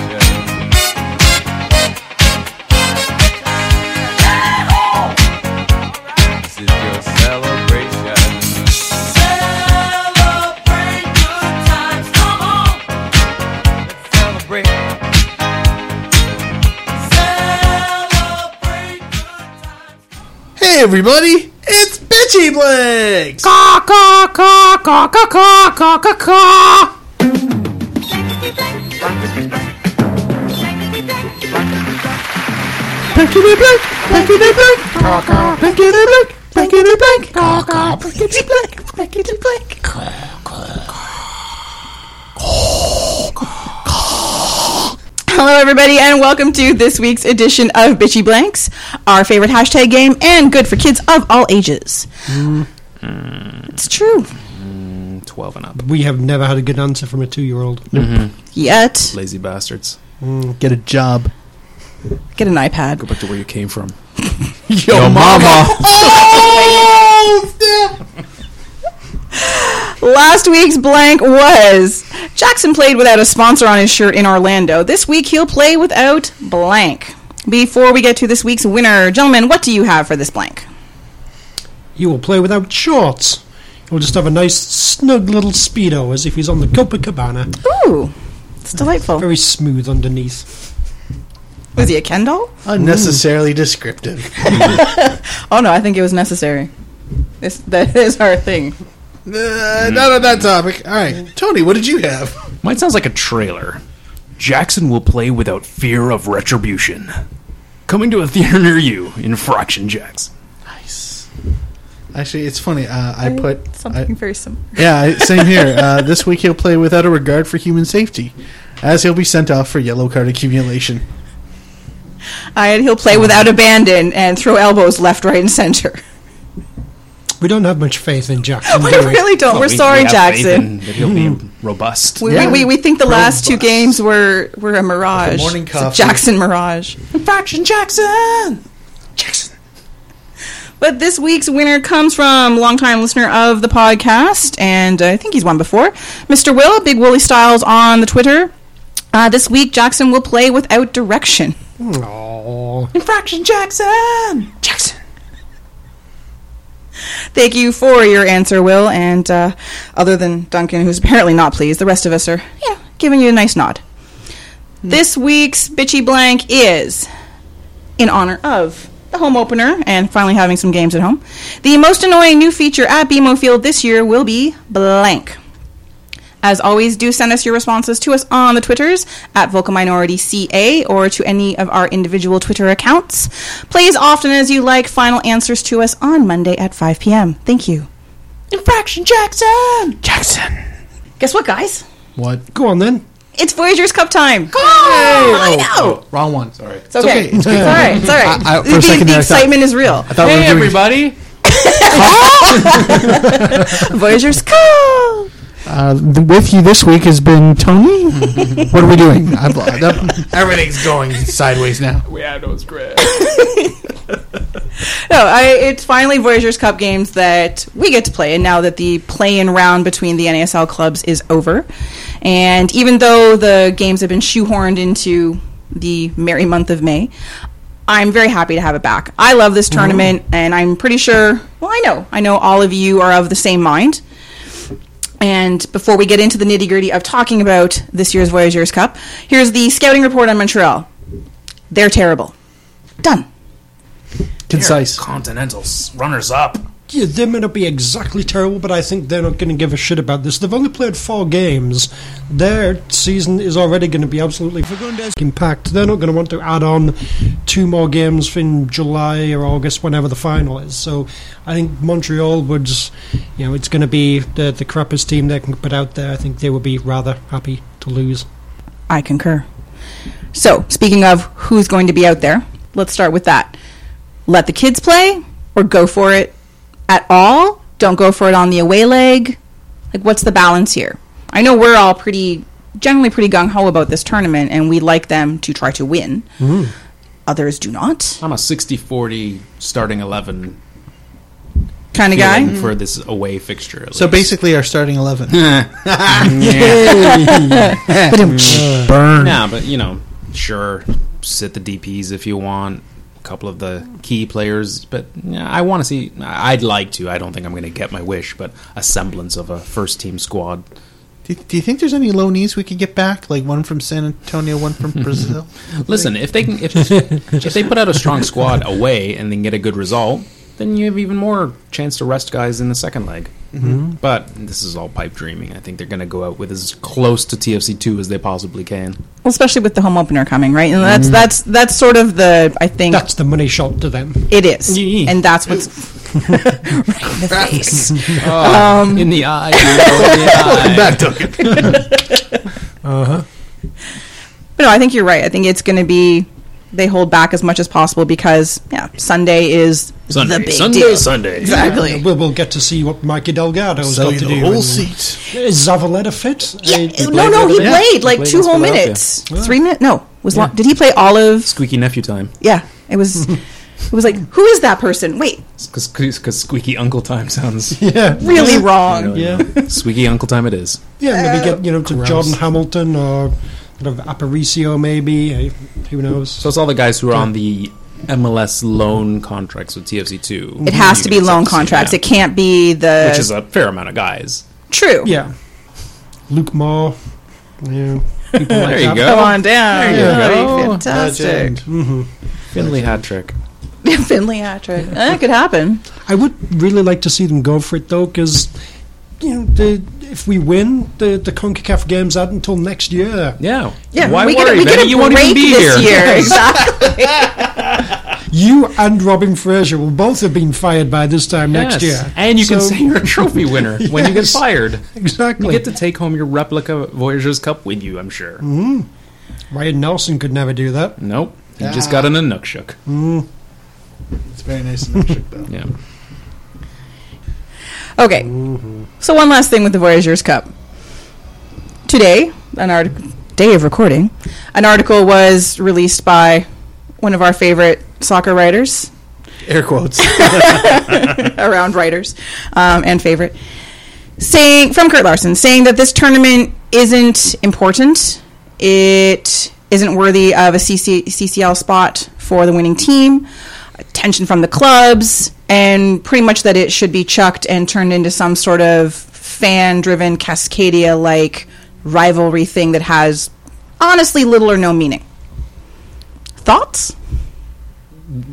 S7: This is your celebration.
S8: Celebrate good times, come on.
S7: Celebrate.
S8: Celebrate good times.
S4: Hey, everybody! It's Bitchy Blicks!
S2: Hello, everybody, and welcome to this week's edition of Bitchy Blanks, our favorite hashtag game and good for kids of all ages. It's true.
S1: Twelve and up.
S3: We have never had a good answer from a two year old.
S2: Yet,
S1: Lazy bastards.
S4: Get a job.
S2: get an iPad.
S1: Go back to where you came from.
S4: Yo,
S2: Last week's blank was Jackson played without a sponsor on his shirt in Orlando. This week he'll play without blank. Before we get to this week's winner, gentlemen, what do you have for this blank?
S3: He will play without shorts. He'll just have a nice, snug little Speedo as if he's on the Copacabana.
S2: Ooh, it's delightful.
S3: Very smooth underneath.
S2: Was he a Ken doll?
S4: Unnecessarily descriptive.
S2: Oh no, I think it was necessary. This that is our thing.
S4: Uh, not on that topic. All right, Tony, what did you have?
S1: Mine sounds like a trailer. Jackson will play without fear of retribution. Coming to a theater near you in Fraction Jacks.
S4: Actually, it's funny. Uh, I put
S2: something very simple.
S4: I- yeah, I- same here. Uh, this week he'll play without a regard for human safety, as he'll be sent off for yellow card accumulation.
S2: I had he'll play without abandon and throw elbows left, right, and center.
S3: We don't have much faith in Jackson.
S2: We
S3: do we?
S2: Oh, really don't. We're
S1: We- we
S2: sorry,
S1: have faith
S2: Jackson. Hmm.
S1: in That he'll be robust.
S2: We, we, we, we think the last two games were, were a mirage.
S4: Like a morning
S2: It's a
S4: coffee.
S2: Jackson mirage.
S1: Fraction Jackson!
S2: But this week's winner comes from longtime listener of the podcast, and I think he's won before, Mr. Will, Big Willie Styles on the Twitter. Uh, this week, Jackson will play without direction.
S3: Aw.
S2: Infraction Jackson! Jackson! Thank you for your answer, Will. And uh, other than Duncan, who's apparently not pleased, the rest of us are, you know, giving you a nice nod. This week's bitchy blank is in honor of the home opener and finally having some games at home. The most annoying new feature at BMO Field this year will be blank. As always, do send us your responses to us on the Twitters at Vocal Minority CA or to any of our individual Twitter accounts. Play as often as you like. Final answers to us on Monday at 5 p.m. Thank you. Infraction Jackson! Jackson! Guess what, guys?
S4: What?
S3: Go on then.
S2: It's Voyager's Cup time. Come on!
S4: Oh,
S2: I know!
S4: Wrong one. Sorry.
S2: It's okay.
S4: okay.
S2: It's all right. It's all right.
S4: I- I- for a
S2: the,
S4: second
S2: the
S4: there, I thought-
S2: excitement is real.
S4: I thought we
S1: Hey,
S4: were doing.
S1: everybody.
S2: Voyager's Cup.
S9: Uh, th- with you this week has been Tony. what are we doing?
S4: I blocked up. Everything's going sideways now.
S1: We had those great.
S2: No, I, it's finally Voyager's Cup games that we get to play, and now that the play-in round between the NASL clubs is over, and even though the games have been shoehorned into the merry month of May, I'm very happy to have it back. I love this tournament, and I'm pretty sure. Well, I know, I know all of you are of the same mind. And before we get into the nitty gritty of talking about this year's Voyagers Cup, here's the scouting report on Montreal. They're terrible. Done.
S4: Concise.
S1: Continentals runners up.
S3: Yeah, they may not be exactly terrible, but I think they're not going to give a shit about this. They've only played four games. Their season is already going to be absolutely fucking packed. They're not going to want to add on two more games in July or August, whenever the final is. So I think Montreal would, just- you know, it's going to be the, the crappiest team they can put out there. I think they would be rather happy to lose.
S2: I concur. So, speaking of who's going to be out there, let's start with that. Let the kids play or go for it at all? Don't go for it on the away leg. Like, what's the balance here? I know we're all pretty, generally pretty gung ho about this tournament and we like them to try to win. Others do not,
S1: I'm a 60-40 starting eleven
S2: kind of
S1: feeling
S2: guy.
S1: for this away fixture. at
S4: So
S1: least.
S4: basically, our starting eleven.
S9: Burn.
S1: Yeah, but you know, sure, sit the DPS if you want. A couple of the key players, but yeah, I want to see. I'd like to. I don't think I'm going to get my wish, but a semblance of a first team squad.
S4: Do, do you think there's any low knees we could get back? Like one from San Antonio, one from Brazil.
S1: Listen, if they can, if, if they put out a strong squad away and then get a good result, then you have even more chance to rest guys in the second leg. But this is all pipe dreaming. I think they're going to go out with as close to TFC two as they possibly can.
S2: Well, especially with the home opener coming, right? And that's, that's, that's sort of the, I think,
S3: That's the money shot to them.
S2: it is.
S1: Yeah.
S2: And that's what's right in the face. Um,
S1: in the eye, in the eye.
S4: Back took it.
S2: But no, I think you're right. I think it's going to be they hold back as much as possible because yeah, Sunday is
S1: Sunday,
S2: the big
S1: Sunday,
S2: deal.
S1: Sunday.
S2: Exactly.
S3: We'll, we'll get to see what Mikey Delgado's
S4: Sell
S3: got
S4: you
S3: to
S4: the
S3: do.
S4: whole
S3: and-
S4: seat.
S3: Is Zavaleta fit?
S2: Yeah,
S3: Uh,
S2: no, no, he
S1: Yeah.
S2: played like
S1: He played
S2: two
S1: against
S2: whole
S1: Philadelphia.
S2: minutes, three minutes. No, was long. Did he play Olive?
S1: Squeaky nephew time.
S2: Yeah, it was. it was like, who is that person? Wait,
S1: Because squeaky uncle time sounds
S3: yeah.
S2: really wrong.
S3: Yeah.
S1: squeaky uncle time. It is.
S3: Yeah, maybe get you know to Jordan Hamilton or kind of Aparicio, maybe. eh, Who knows?
S1: So it's all the guys who are on the MLS loan contracts with TFC two.
S2: It has to be loan contracts. It can't be the
S1: which is a fair amount of guys.
S2: true.
S3: yeah, Luke Moore. Yeah, people
S1: There
S3: like
S1: you
S3: that.
S2: Come
S1: go.
S2: on down.
S1: There you
S2: That'd be
S1: go.
S2: Fantastic.
S4: Mm,
S1: Finley hat trick.
S2: Finley Atrick. That could happen.
S3: I would really like to see them go for it though, because you know the, if we win the the Concacaf games out until next year,
S1: Yeah.
S2: Yeah,
S1: Why
S2: we
S1: worry,
S2: get a, we get
S1: Benny?
S2: a
S1: You won't even
S2: break
S1: be
S2: this
S1: here.
S2: year. Exactly.
S3: you and Robin Fraser will both have been fired by this time next
S1: Yes.
S3: year,
S1: And you can
S3: So-
S1: say you're a trophy winner when you get
S3: Yes.
S1: fired.
S3: exactly.
S1: You get to take home your replica Voyager's Cup with you, I'm sure.
S3: Mm-hmm. Ryan Nelson could never do that.
S1: Nope. You just got an Anukshuk.
S3: Mm-hmm.
S4: It's very nice and metric, though.
S1: Yeah.
S2: Okay. So one last thing with the Voyagers Cup. Today, an article day of recording, an article was released by one of our favorite soccer writers,
S4: Air quotes.
S2: around writers um, and favorite, saying from Kurt Larson, saying that this tournament isn't important. It isn't worthy of a CC- CCL spot for the winning team. Attention from the clubs, and pretty much that it should be chucked and turned into some sort of fan-driven Cascadia-like rivalry thing that has honestly little or no meaning. Thoughts?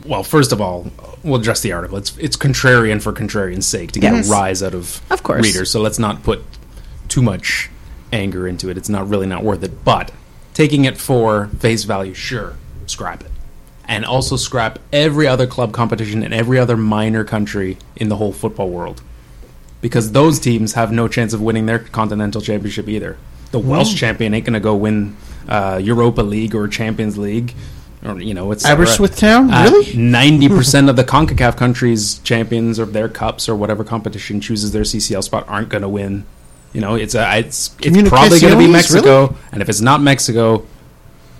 S1: Well, first of all, we'll address the article. It's it's contrarian for contrarian's sake to get
S2: Yes.
S1: a rise out of
S2: Of course.
S1: readers. So let's not put too much anger into it. It's not really not worth it. But taking it for face value, sure, scrap it, and also scrap every other club competition in every other minor country in the whole football world, because those teams have no chance of winning their continental championship either. The Welsh champion ain't gonna go win uh, Europa League or Champions League. Or, you know, it's Uh,
S4: Aberystwyth Town? Really?
S1: Ninety percent of the CONCACAF countries' champions of their cups or whatever competition chooses their CCL spot aren't going to win. You know, it's a, it's it's probably going to be
S4: Comunicaciones,
S1: Mexico, and if it's not Mexico,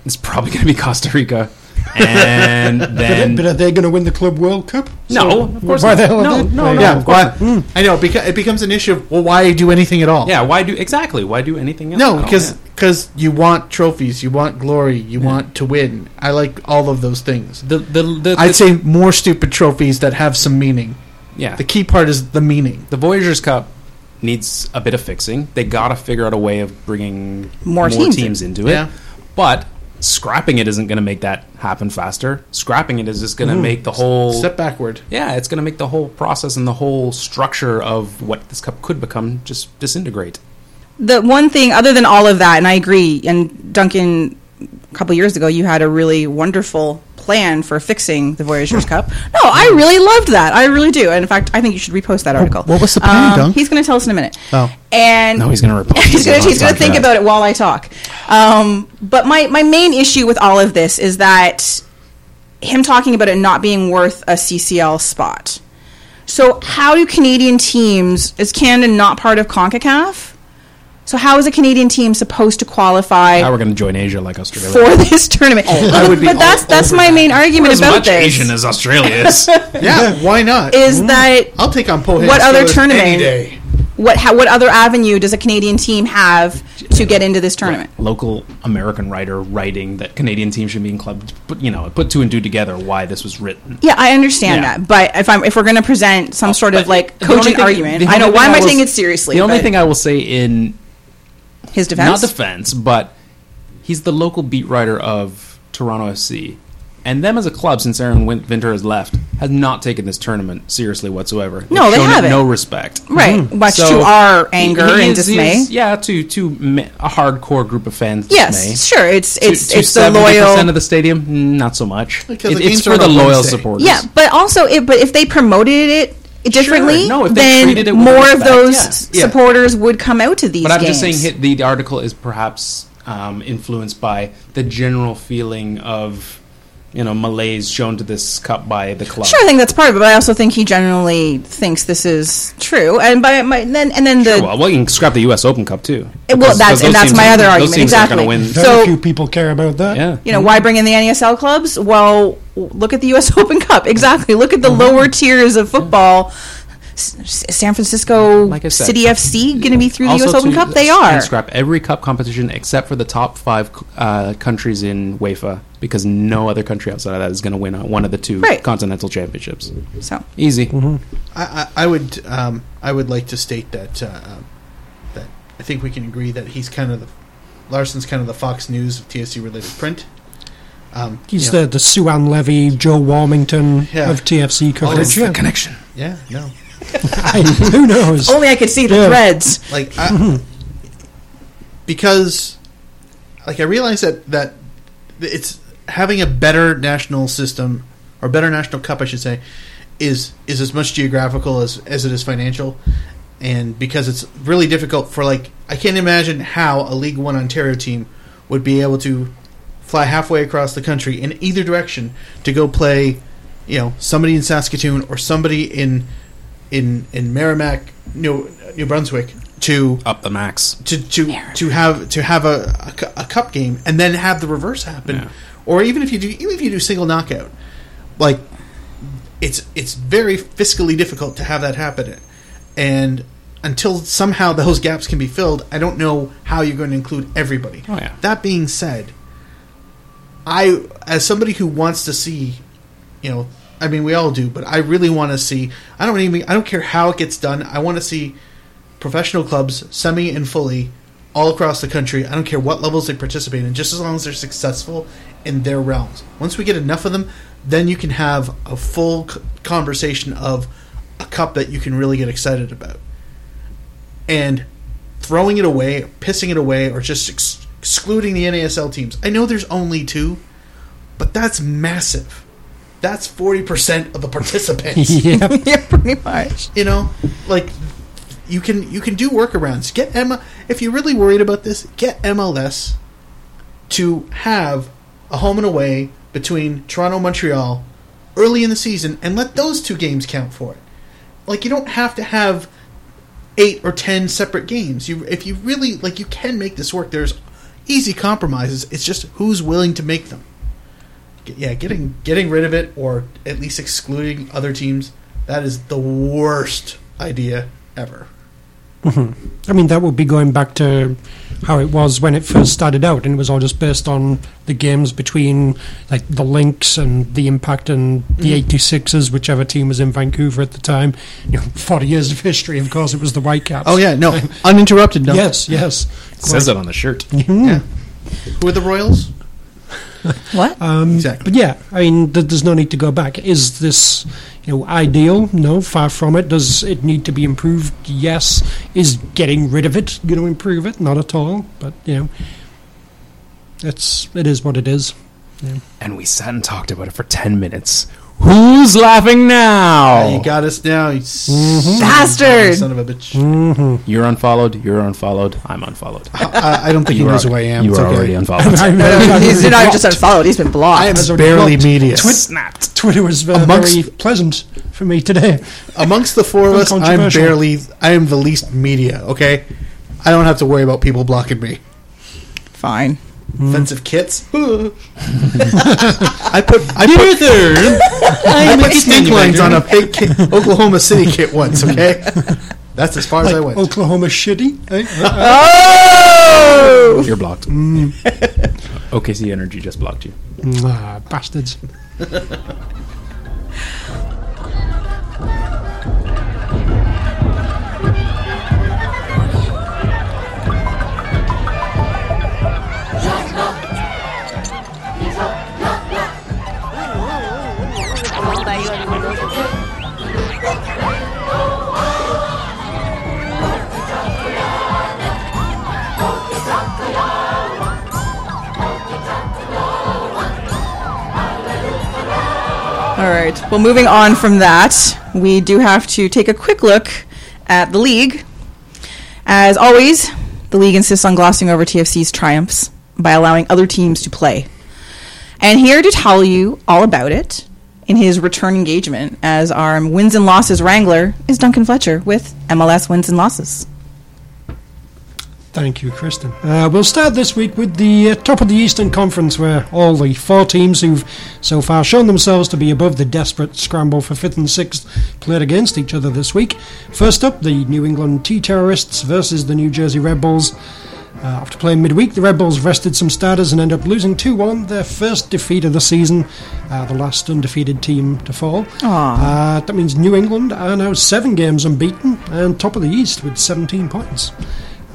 S1: it's probably going to be Costa Rica. And then
S3: but are they going to win the Club World Cup?
S1: no, of course
S3: why
S1: not.
S3: the hell are
S1: no,
S3: they-
S1: no, no,
S4: yeah,
S1: of course
S4: why-
S1: not.
S4: Mm. I know. Beca- it becomes an issue of well, why do anything at all?
S1: yeah. Why do exactly? Why do anything else?
S4: No,
S1: Oh,
S4: because
S1: yeah.
S4: you want trophies, you want glory, you want to win. I like all of those things.
S1: the the, the
S4: I'd say more stupid trophies that have some meaning.
S1: yeah.
S4: The key part is the meaning.
S1: the Voyagers Cup needs a bit of fixing. They got to figure out a way of bringing
S2: More teams in.
S1: into it.
S4: Yeah.
S1: But scrapping it isn't going to make that happen faster. Scrapping it is just going to make the whole
S4: Mm. Step backward.
S1: yeah, it's going to make the whole process and the whole structure of what this cup could become just disintegrate.
S2: the one thing other than all of that and i agree and duncan a couple years ago you had a really wonderful plan for fixing the voyagers cup no i really loved that i really do and in fact i think you should repost that article Um,
S4: what was the plan, Dunk?
S2: he's going to tell us in a minute
S4: Oh.
S2: and
S1: No, he's gonna repost
S2: he's
S1: it
S2: going
S1: on
S2: to he's going to think
S1: podcast.
S2: about it while i talk um, but my my main issue with all of this is that him talking about it not being worth a ccl spot so how do Canadian teams is Canada not part of CONCACAF? So how is a Canadian team supposed to qualify
S1: Now we're going to join Asia like Australia.
S2: for this tournament?
S4: Oh, I would be
S2: but that's
S4: all
S2: that's
S4: over
S2: my main argument
S1: as
S2: about
S1: much
S2: this
S1: Asian as Hmm. Australia is.
S4: Yeah, why not? Mm.
S2: is that
S4: I'll take on Pohe.
S2: what other
S4: Steelers
S2: tournament?
S4: Any day.
S2: what how, what other avenue does a Canadian team have to get into this tournament?
S1: Local American writer writing that Canadian teams should be in club, but you know, put two and two together why this was written.
S2: Yeah, I understand
S1: Yeah. Oh,
S2: that, but if I'm if we're going to present some sort of
S1: But
S2: like
S1: the only
S2: cogent
S1: thing-
S2: argument,
S1: the
S2: I know
S1: only
S2: why
S1: thing
S2: am I
S1: will
S2: taking
S1: s-
S2: it seriously?
S1: The only
S2: but
S1: thing I will say in
S2: his defense,
S1: Not defense, but he's the local beat writer of Toronto FC. And them as a club, since Aaron Win- Vinter has left, has not taken this tournament seriously whatsoever.
S2: No, they
S1: shown it
S2: haven't.
S1: No respect.
S2: right? Much
S1: Hmm. So-
S2: to our
S1: He-
S2: anger
S1: he
S2: and
S1: is- he
S2: dismay.
S1: is- yeah, to to ma- a hardcore group of fans.
S2: Yes,
S1: dismay.
S2: sure. It's it's
S1: to, to
S2: it's the loyal
S1: percent of the stadium. mm, Not so much.
S4: Because
S1: It-
S4: the
S1: it's
S4: games
S1: for
S4: are
S1: the
S4: on
S1: loyal
S4: Wednesday.
S1: supporters.
S2: Yeah, but also, it, but if they promoted it differently,
S1: No, if they
S2: then
S1: treated it with
S2: more of
S1: respect,
S2: those
S1: yeah.
S2: s-
S4: Yeah.
S2: supporters would come out to these.
S1: But I'm just saying
S2: games.
S1: hit, the, the article is perhaps um, influenced by the general feeling of you know malaise shown to this cup by the club.
S2: Sure, I think that's part of it, but I also think he generally thinks this is true. And by my then, and then the
S1: Sure, well, well, you can scrap the U.S. Open Cup too.
S2: well,
S1: Because-
S2: that's-
S1: because
S2: and
S1: those
S2: that's
S1: teams
S2: my
S1: aren't-
S2: other
S1: those
S2: argument,
S1: teams aren't gonna
S2: exactly.
S3: Very
S2: So-
S3: few people care about that.
S1: Win.
S2: you know why bring in the NESL clubs? Well, w- look at the U.S. Open Cup. Exactly. Look at
S1: Mm-hmm.
S2: the lower tiers of football. S- S- San Francisco
S1: Like I said.
S2: City FC going to be through the
S1: Also
S2: U.S. Open
S1: to-
S2: Cup. They
S1: and
S2: are.
S1: scrap every cup competition except for the top five uh, countries in UEFA because no other country outside of that is going to win uh, one of the two
S2: Right. Mm-hmm.
S1: continental championships.
S2: So
S1: Easy.
S4: I, I, I would um, I would like to state that uh, um, that I think we can agree that he's kind of the Larson's kind of the Fox News of TSC related print. Um,
S3: He's
S4: you know,
S3: the, the Sue Ann Levy, Joe Warmington
S4: Yeah. Oh,
S3: of TFC coverage. yeah.
S1: connection.
S4: yeah no
S3: Hey, who knows?
S4: Oh.
S2: only I could see the
S3: Yeah.
S2: threads.
S4: like I, because like I realize that that it's having a better national system or better national cup I should say is is as much geographical as as it is financial and because it's really difficult for like I can't imagine how a League 1 Ontario team would be able to fly halfway across the country in either direction to go play you know somebody in Saskatoon or somebody in in in Merrimack New New Brunswick to
S1: Up the max.
S4: to to, to have to have a, a, cu- a cup game and then have the reverse happen,
S1: Yeah.
S4: or even if you do even if you do single knockout, like it's it's very fiscally difficult to have that happen, and until somehow those gaps can be filled, I don't know how you're going to include everybody.
S1: Oh, yeah.
S4: That being said, I as somebody who wants to see, you know, I mean we all do, but I really want to see. I don't even I don't care how it gets done. I want to see professional clubs semi and fully all across the country. I don't care what levels they participate in, just as long as they're successful in their realms. Once we get enough of them, then you can have a full c- conversation of a cup that you can really get excited about. And throwing it away, pissing it away, or just ex- excluding the NASL teams. I know there's only two, but that's massive. That's 40% of the participants.
S3: yeah,
S2: yeah, pretty much.
S4: you know like you can you can do workarounds get emma if you're really worried about this get mls to have a home and away between toronto and montreal early in the season and let those two games count for it like you don't have to have eight or ten separate games you if you really like you can make this work there's easy compromises it's just who's willing to make them Get- yeah getting getting rid of it or at least excluding other teams that is the worst idea ever.
S3: I mean that would be going back to how it was when it first started out, and it was all just based on the games between like the Lynx and the Impact and
S4: Mm-hmm.
S3: the 86ers, whichever team was in Vancouver at the time. You know, 40 years of history, of course, it was the Whitecaps.
S4: Oh yeah, no, uninterrupted. No,
S3: yes, yes.
S1: Says that on the shirt.
S4: who are the Royals?
S2: What?
S4: exactly.
S3: But yeah, I mean, th- there's no need to go back. Is this, you know, ideal? No, far from it. Does it need to be improved? Yes. Is getting rid of it going to improve it? Not at all. But you know, it's it is what it is.
S1: And we sat and talked about it for 10 minutes. Who's laughing now?
S4: you got us now, you s-
S2: Bastard.
S4: son of a bitch.
S1: You're unfollowed. You're unfollowed. I'm unfollowed.
S4: I, I don't think
S1: You
S4: he knows
S1: are-
S4: who I am.
S1: You
S4: it's
S1: are
S4: okay.
S1: already unfollowed.
S2: He's not just unfollowed. He's been blocked.
S4: I am
S3: already
S4: barely
S3: blocked.
S4: media.
S1: snapped.
S3: Twitter was uh,
S4: Amongst-
S3: very pleasant for me today.
S4: Amongst the four of us, I'm
S3: Uncontroversial.
S4: barely. I am the least media. Okay, I don't have to worry about people blocking me.
S2: Fine.
S4: Offensive kits. I put I put, I put stink lines on a fake kit, Oklahoma City kit once. Okay, that's as far as I went.
S3: Oklahoma shitty. Eh?
S2: Oh!
S1: You're blocked.
S4: Mm.
S1: OKC Energy just blocked you.
S3: ah, bastards.
S2: All right. Well, moving on from that, we do have to take a quick look at the league. As always, the league insists on glossing over TFC's triumphs by allowing other teams to play. And here to tell you all about it in his return engagement as our wins and losses wrangler is Duncan Fletcher with MLS Wins and Losses.
S3: Thank you, Kristen. Uh, we'll start this week with the uh, top of the Eastern Conference, where all the four teams who've so far shown themselves to be above the desperate scramble for fifth and sixth played against each other this week. First up, the New England Tea Terrorists versus the New Jersey Red Bulls. Uh, after playing midweek, the Red Bulls rested some starters and ended up losing 2 1, their first defeat of the season, uh, the last undefeated team to fall. Uh, that means New England are now seven games unbeaten and top of the East with 17 points.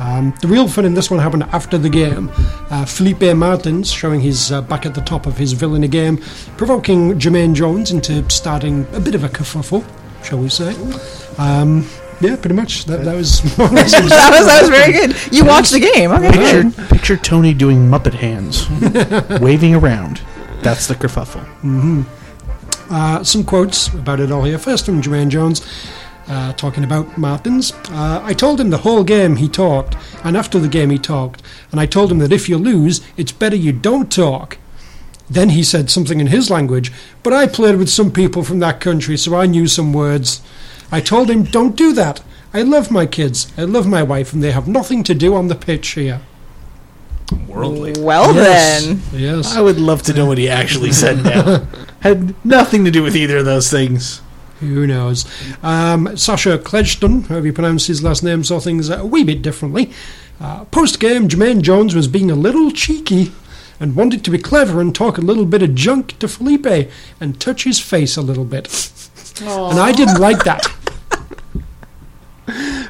S3: Um, the real fun in this one happened after the game. Uh, Felipe Martins showing his uh, back at the top of his villainy game, provoking Jermaine Jones into starting a bit of a kerfuffle, shall we say. Um, yeah, pretty much. That, that was more or less it.
S2: that, was, that was very good. You watched the game. Okay.
S4: Picture, picture Tony doing Muppet hands, waving around. That's the kerfuffle.
S3: Uh, some quotes about it all here. First from Jermaine Jones, uh, talking about Martins. Uh, I told him the whole game he talked, and after the game he talked, and I told him that if you lose, it's better you don't talk. Then he said something in his language, but I played with some people from that country, so I knew some words. I told him, don't do that. I love my kids, I love my wife, and they have nothing to do on the pitch here.
S1: Worldly.
S2: Well,
S3: Yes.
S2: Oh, then.
S3: Yes.
S4: I would love to know what he actually said now. Had nothing to do with either of those things.
S3: Who knows? Um, Sasha Cledgeton, however you pronounce his last name, saw things a wee bit differently. Uh, Post game, Jermaine Jones was being a little cheeky and wanted to be clever and talk a little bit of junk to Felipe and touch his face a little bit. And I didn't like that.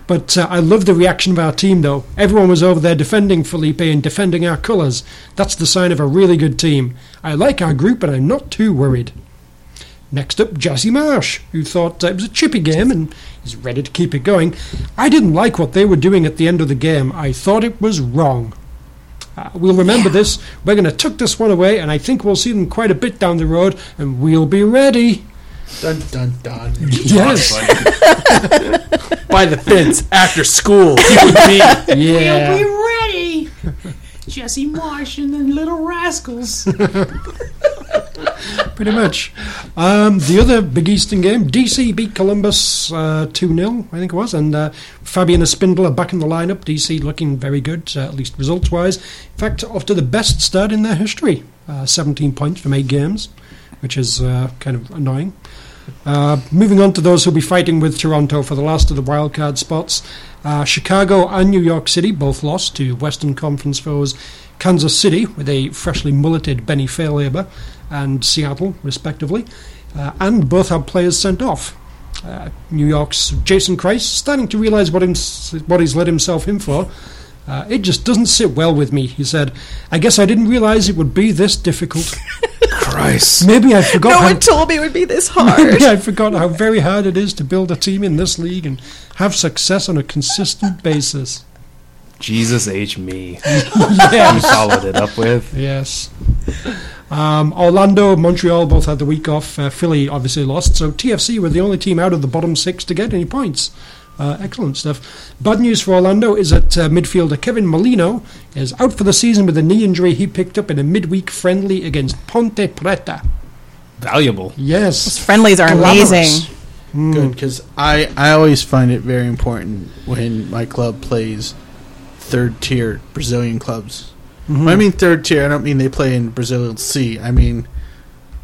S3: But uh, I love the reaction of our team, though. Everyone was over there defending Felipe and defending our colours. That's the sign of a really good team. I like our group, but I'm not too worried. Next up, Jazzy Marsh, who thought uh, it was a chippy game and is ready to keep it going. I didn't like what they were doing at the end of the game. I thought it was wrong. Uh, we'll remember this. We're going to tuck this one away, and I think we'll see them quite a bit down the road, and we'll be ready.
S4: Dun dun dun.
S3: Yes.
S1: By the fence after school. You would be.
S3: Yeah.
S1: ready. Jesse Marsh and the Little Rascals.
S3: pretty much. Um, the other Big Eastern game, DC beat Columbus 2 0, I think it was, and uh, Fabian Espindle are back in the lineup. DC looking very good, uh, at least results wise. In fact, off to the best start in their history uh, 17 points from eight games, which is uh, kind of annoying. Uh, moving on to those who'll be fighting with Toronto for the last of the wildcard spots. Uh, Chicago and New York City both lost to Western Conference foes Kansas City, with a freshly mulleted Benny Fairlabour, and Seattle, respectively. Uh, and both have players sent off. Uh, New York's Jason Christ starting to realise what, hims what he's let himself in for. Uh, it just doesn't sit well with me, he said. I guess I didn't realise it would be this difficult.
S1: Christ.
S3: Maybe I forgot
S2: No
S3: how
S2: one told me it would be this hard.
S3: Maybe I forgot how very hard it is to build a team in this league and have success on a consistent basis.
S1: Jesus H. Me. You followed it up with.
S3: Yes. Um, Orlando, Montreal both had the week off. Uh, Philly obviously lost, so TFC were the only team out of the bottom six to get any points. Uh, excellent stuff. Bad news for Orlando is that uh, midfielder Kevin Molino is out for the season with a knee injury he picked up in a midweek friendly against Ponte Preta.
S1: Valuable.
S3: Yes.
S2: Friendlies are
S3: Glamorous.
S2: amazing.
S4: Good, because I, I always find it very important when my club plays third tier Brazilian clubs. When I mean third tier, I don't mean they play in Brazil C. I mean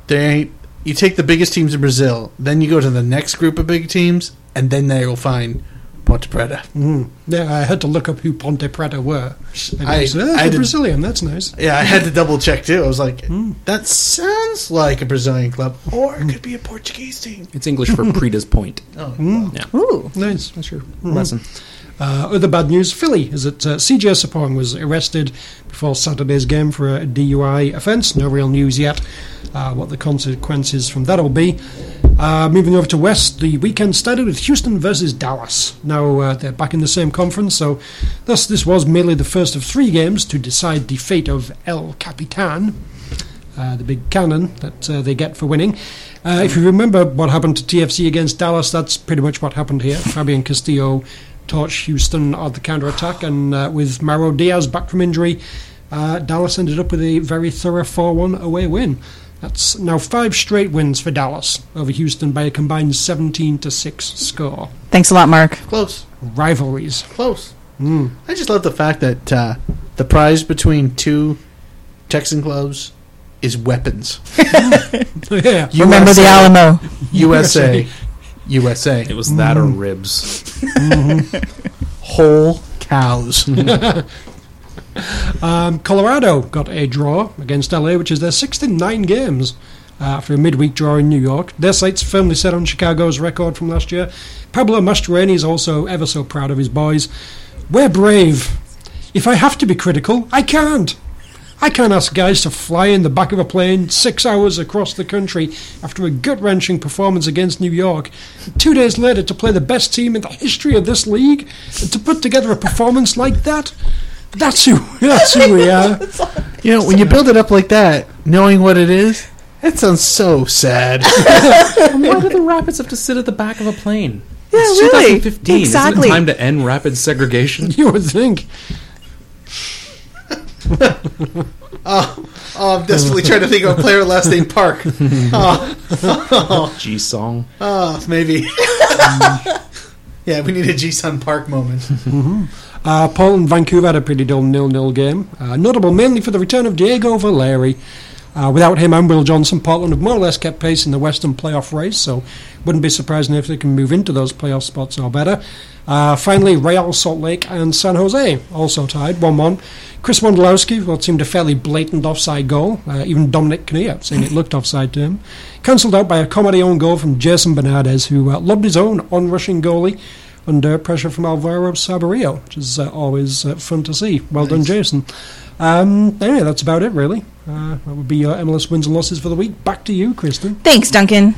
S4: they ain't. You take the biggest teams in Brazil, then you go to the next group of big teams, and then they will find Ponte Preta.
S3: Mm. Yeah, I had to look up who Ponte Preta were. And I,
S4: I-
S3: said, "Ah,
S4: I
S3: they're
S4: did-
S3: Brazilian. That's nice.
S4: Yeah, I had to double check too. I was like, that sounds like a Brazilian club, or it could be a Portuguese team.
S1: It's English for Preta's point.
S4: Oh,
S2: Ooh.
S3: Nice.
S1: That's your lesson.
S3: Uh, other bad news, Philly, is that uh, CJ Sapong was arrested before Saturday's game for a DUI offence. No real news yet uh, what the consequences from that will be. Uh, moving over to West, the weekend started with Houston versus Dallas. Now uh, they're back in the same conference, so thus this was merely the first of three games to decide the fate of El Capitan uh, the big cannon that uh, they get for winning. Uh, if you remember what happened to TFC against Dallas, that's pretty much what happened here. Fabian Castillo torched Houston on the counter attack, and uh, with Maro Diaz back from injury, uh, Dallas ended up with a very thorough 4 1 away win. That's now five straight wins for Dallas over Houston by a combined 17 to 6 score.
S2: Thanks a lot, Mark.
S4: close.
S3: Rivalries.
S4: close. I just love the fact that uh, the prize between two Texan clubs is weapons.
S3: yeah.
S2: Remember the Alamo.
S4: USA, USA,
S1: It was that or
S4: Mm.
S1: ribs.
S4: whole cows.
S3: Um, Colorado got a draw against LA, which is their sixth in nine games uh, after a midweek draw in New York. Their sights firmly set on Chicago's record from last year. Pablo Mastroianni is also ever so proud of his boys. We're brave. If I have to be critical, I can't. I can't ask guys to fly in the back of a plane six hours across the country after a gut wrenching performance against New York, two days later to play the best team in the history of this league, and to put together a performance like that. That's who, that's who we are.
S4: you know, when you build it up like that, knowing what it is, that sounds so sad.
S1: Why do the Rapids have to sit at the back of a plane?
S2: Yeah,
S1: It's
S2: really.
S1: 2015. Isn't
S2: Exactly.
S1: it time to end Rapid segregation?
S3: You would think.
S4: oh, I'm desperately trying to think of a player last name Park. Oh,
S1: G song.
S4: oh, maybe. yeah, we need a G Sun Park moment.
S3: Uh, Paul and Vancouver had a pretty dull nil-nil game, uh, notable mainly for the return of Diego Valeri. Uh, without him and Will Johnson, Portland have more or less kept pace in the Western playoff race, so wouldn't be surprising if they can move into those playoff spots or better. Uh, finally, Real Salt Lake and San Jose also tied 1 1. Chris Wondolowski, what seemed a fairly blatant offside goal, uh, even Dominic Kinnear saying it looked offside to him, cancelled out by a comedy own goal from Jason Bernardes, who uh, lobbed his own on rushing goalie under pressure from Alvaro Sabarillo, which is uh, always uh, fun to see. Well done, Jason. Um, anyway, that's about it, really. Uh, that would be your MLS wins and losses for the week. Back to you, Kristen.
S2: Thanks, Duncan.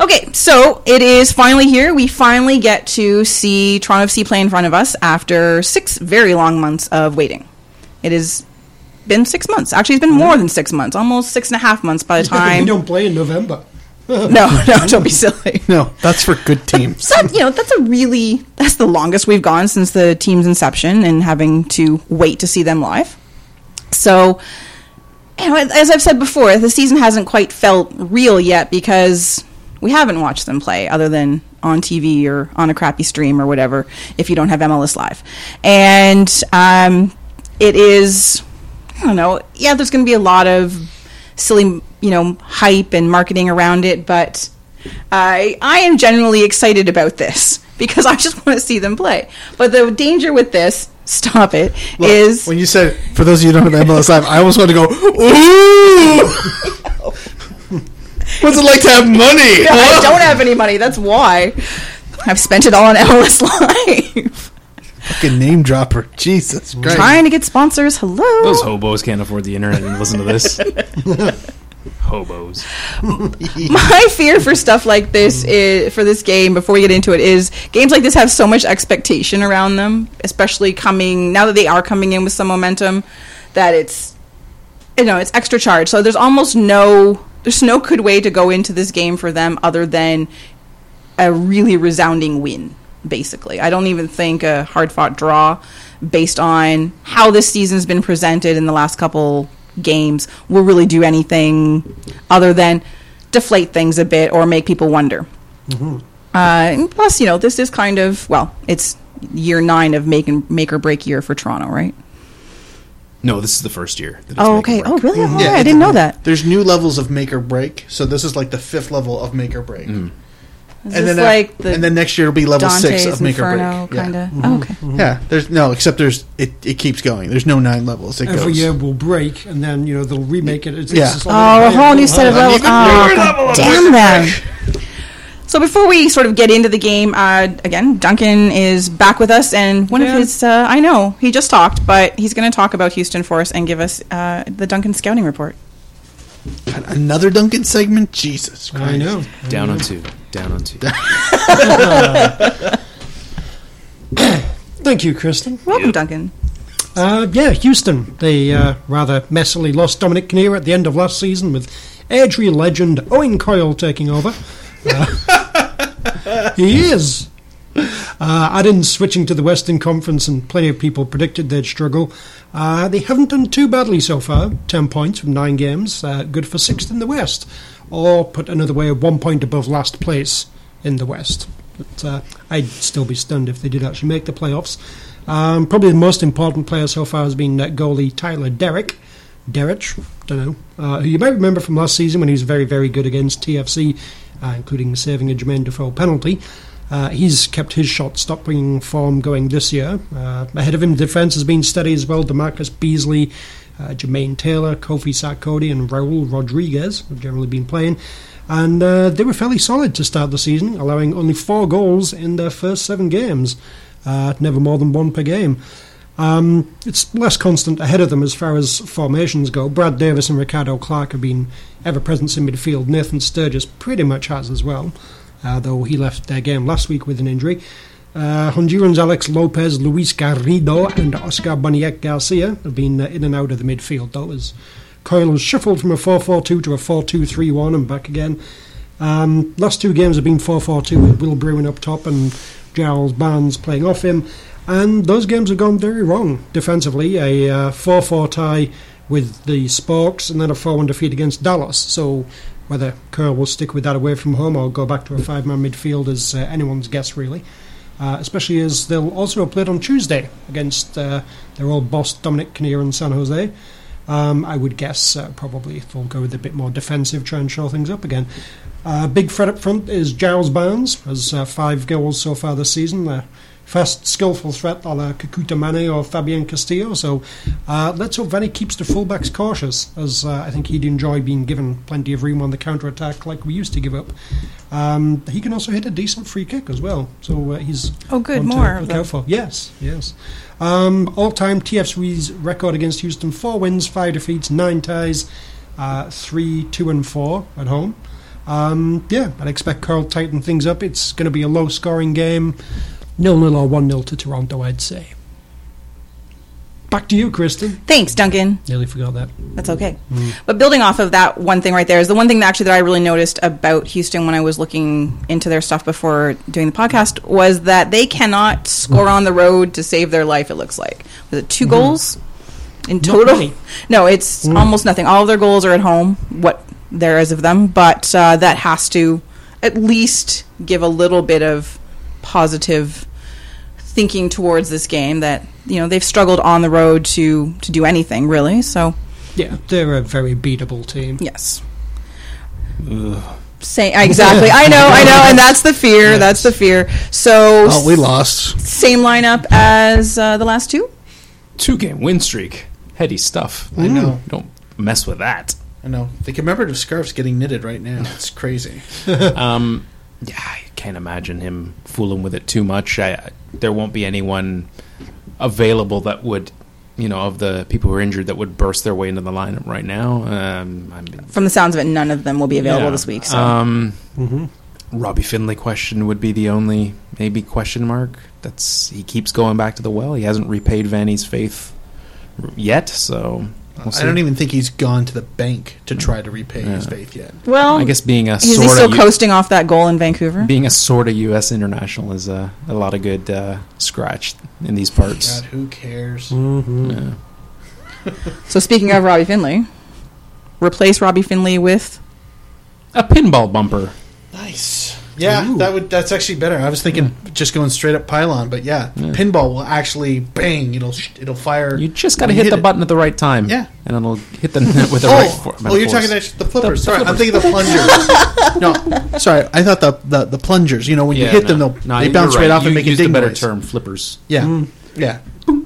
S2: Okay, so it is finally here. We finally get to see Toronto FC play in front of us after six very long months of waiting. It has been six months. Actually, it's been more than six months, almost six and a half months by the
S3: we
S2: time. no,
S3: don't play in November.
S2: no, don't be silly.
S4: No, that's for good teams.
S2: So that, you know, that's a really that's the longest we've gone since the team's inception, and having to wait to see them live. So, you know, as I've said before, the season hasn't quite felt real yet because we haven't watched them play other than on TV or on a crappy stream or whatever. If you don't have MLS Live, and um, it is, I don't know. Yeah, there's going to be a lot of silly, you know, hype and marketing around it, but I I am generally excited about this because I just want to see them play. But the danger with this, stop it, is
S4: Look, when you said for those of you who don't have MLS Live, I almost wanted to go. Ooh, what's it like to have money?
S2: Yeah, I don't have any money. That's why I've spent it all on MLS Live.
S4: Fucking name dropper. Jesus Christ.
S2: Trying to get sponsors. Hello.
S1: Those hobos can't afford the internet and listen to this. hobos.
S2: my fear for stuff like this is for this game before we get into it is games like this have so much expectation around them especially coming now that they are coming in with some momentum that it's you know it's extra charge so there's almost no there's no good way to go into this game for them other than a really resounding win basically i don't even think a hard fought draw based on how this season's been presented in the last couple games will really do anything other than deflate things a bit or make people wonder
S4: Mm-hmm.
S2: uh, and plus, you know, this is kind of well, it's year nine of make and make or break year for Toronto, right?
S1: No, this is the first year. that it's
S2: Oh,
S1: making
S2: okay.
S1: work.
S2: Oh, really? Oh,
S4: Yeah,
S2: I didn't know that.
S4: There's new levels of make or break, so this is like the fifth level of make or break.
S2: Is
S4: And
S2: this
S4: then,
S2: like
S4: like
S2: the
S4: and then next year it'll be level
S2: Dante's
S4: six of make
S2: Inferno
S4: or break. Yeah. Mm-hmm.
S2: kind of? Oh, okay.
S4: Yeah, there's no except there's it, it keeps going. There's no nine levels. It
S3: Every
S4: goes.
S3: year we'll break, and then you know they'll remake it. It's,
S4: Yeah.
S3: it's
S2: Oh, a whole new set of levels.
S4: Even lower
S2: Oh,
S4: level of
S2: damn
S4: Make
S2: them. So before we sort of get into the game, uh, again, Duncan is back with us, and one of his, uh, I know, he just talked, but he's going to talk about Houston for us and give us uh, the Duncan Scouting Report.
S4: Another Duncan segment. Jesus Christ.
S3: I know.
S1: Down on two. Down on two.
S3: Thank you, Kristen.
S2: Welcome, Duncan.
S3: Uh, yeah, Houston. They uh, rather messily lost Dominic Kinnear at the end of last season with Airdrie legend Owen Coyle taking over. Uh, he is. Uh, add in switching to the Western Conference, and plenty of people predicted they'd struggle. Uh, they haven't done too badly so far. 10 points from 9 games, uh, good for 6th in the West. Or, put another way, one point above last place in the West. But uh, I'd still be stunned if they did actually make the playoffs. Um, probably the most important player so far has been uh, goalie Tyler Derrick. Derrick, don't know, uh, who you might remember from last season when he was very, very good against TFC, uh, including saving a Jermaine Defoe penalty. Uh, he's kept his shot stopping form going this year. Uh, ahead of him, defence has been steady as well. Demarcus Beasley, uh, Jermaine Taylor, Kofi Sarkodie, and Raul Rodriguez have generally been playing. And uh, they were fairly solid to start the season, allowing only four goals in their first seven games, uh, never more than one per game. Um, it's less constant ahead of them as far as formations go. Brad Davis and Ricardo Clark have been ever present in midfield. Nathan Sturgis pretty much has as well, uh, though he left their game last week with an injury. Uh, Hondurans Alex Lopez, Luis Garrido, and Oscar Boniek Garcia have been uh, in and out of the midfield, though, as Coyle has shuffled from a 4 4 2 to a 4 2 3 1 and back again. Um, last two games have been 4 4 2 with Will Bruin up top and Giles Barnes playing off him. And those games have gone very wrong defensively. A 4 4 tie with the Sparks and then a 4 1 defeat against Dallas. So whether Kerr will stick with that away from home or go back to a five man midfield is uh, anyone's guess, really. Uh, especially as they'll also have played on Tuesday against uh, their old boss Dominic Kinnear in San Jose. Um, I would guess uh, probably they'll go with a bit more defensive, try and show things up again. Uh, big threat up front is Giles Barnes, has uh, five goals so far this season. Uh, fast, skillful threat a la Kakutamane or Fabian Castillo. So uh, let's hope Vanny keeps the fullbacks cautious, as uh, I think he'd enjoy being given plenty of room on the counter attack like we used to give up. Um, he can also hit a decent free kick as well. So uh, he's
S2: Oh, good,
S3: one to
S2: more of
S3: look
S2: them.
S3: out for. Yes, yes. Um, All time TFC's record against Houston: four wins, five defeats, nine ties, uh, three, two, and four at home. Um, yeah, I'd expect Carl to tighten things up. It's going to be a low-scoring game, nil-nil or one-nil to Toronto, I'd say. Back to you, Kristen.
S2: Thanks, Duncan.
S3: Nearly forgot that.
S2: That's okay. But building off of that one thing right there is the one thing that actually that I really noticed about Houston when I was looking into their stuff before doing the podcast was that they cannot score on the road to save their life. It looks like was it 2 goals in total?
S3: many.
S2: No, it's almost nothing. All of their goals are at home. What there is of them, but uh, that has to at least give a little bit of positive thinking towards this game that you know they've struggled on the road to to do anything really. So.
S3: Yeah, they're a very beatable team.
S2: Yes. Say exactly. I know, I know, and that's the fear. That's the fear. So
S4: Oh, we lost.
S2: same lineup as uh, the last two.
S1: Two game win streak. Heady stuff.
S4: I know.
S1: Don't mess with that.
S4: I know. The commemorative scarf's getting knitted right now. It's crazy.
S1: Um, yeah, I can't imagine him fooling with it too much. I, I- there won't be anyone available that would, you know, of the people who are injured that would burst their way into the lineup right now. Um, I mean,
S2: From the sounds of it, none of them will be available
S1: yeah.
S2: this week. So
S1: Um,
S4: Mm-hmm.
S1: Robbie Finley question would be the only maybe question mark. That's he keeps going back to the well. He hasn't repaid Vanny's faith yet, so we'll see.
S4: I don't even think he's gone to the bank to try to repay his faith yet.
S2: well,
S1: I guess being a
S2: Oh, is he
S1: sort
S2: still
S1: of
S2: coasting off that goal in Vancouver?
S1: being a sort of U.S. international is a, a lot of good uh, scratch in these parts.
S4: God, who cares?
S1: Yeah.
S2: so speaking of Robbie Finley, replace Robbie Finley with
S1: A pinball bumper.
S4: Nice. Yeah, that would that's actually better. I was thinking just going straight up pylon, but yeah, pinball will actually bang. It'll sh- it'll fire.
S1: You just got to
S4: when you
S1: hit, the
S4: it.
S1: button at the right time.
S4: Yeah.
S1: and it'll hit the net with the
S4: oh,
S1: right. For-
S4: oh, you're talking
S1: about
S4: about the flippers. sorry, I'm thinking the plungers. no, sorry, I thought the the, the plungers. You know, when you hit them, they'll they bounce right, off and make a
S1: used a
S4: ding
S1: better
S4: noise.
S1: term, flippers.
S4: Yeah,
S3: Mm.
S4: yeah. I'm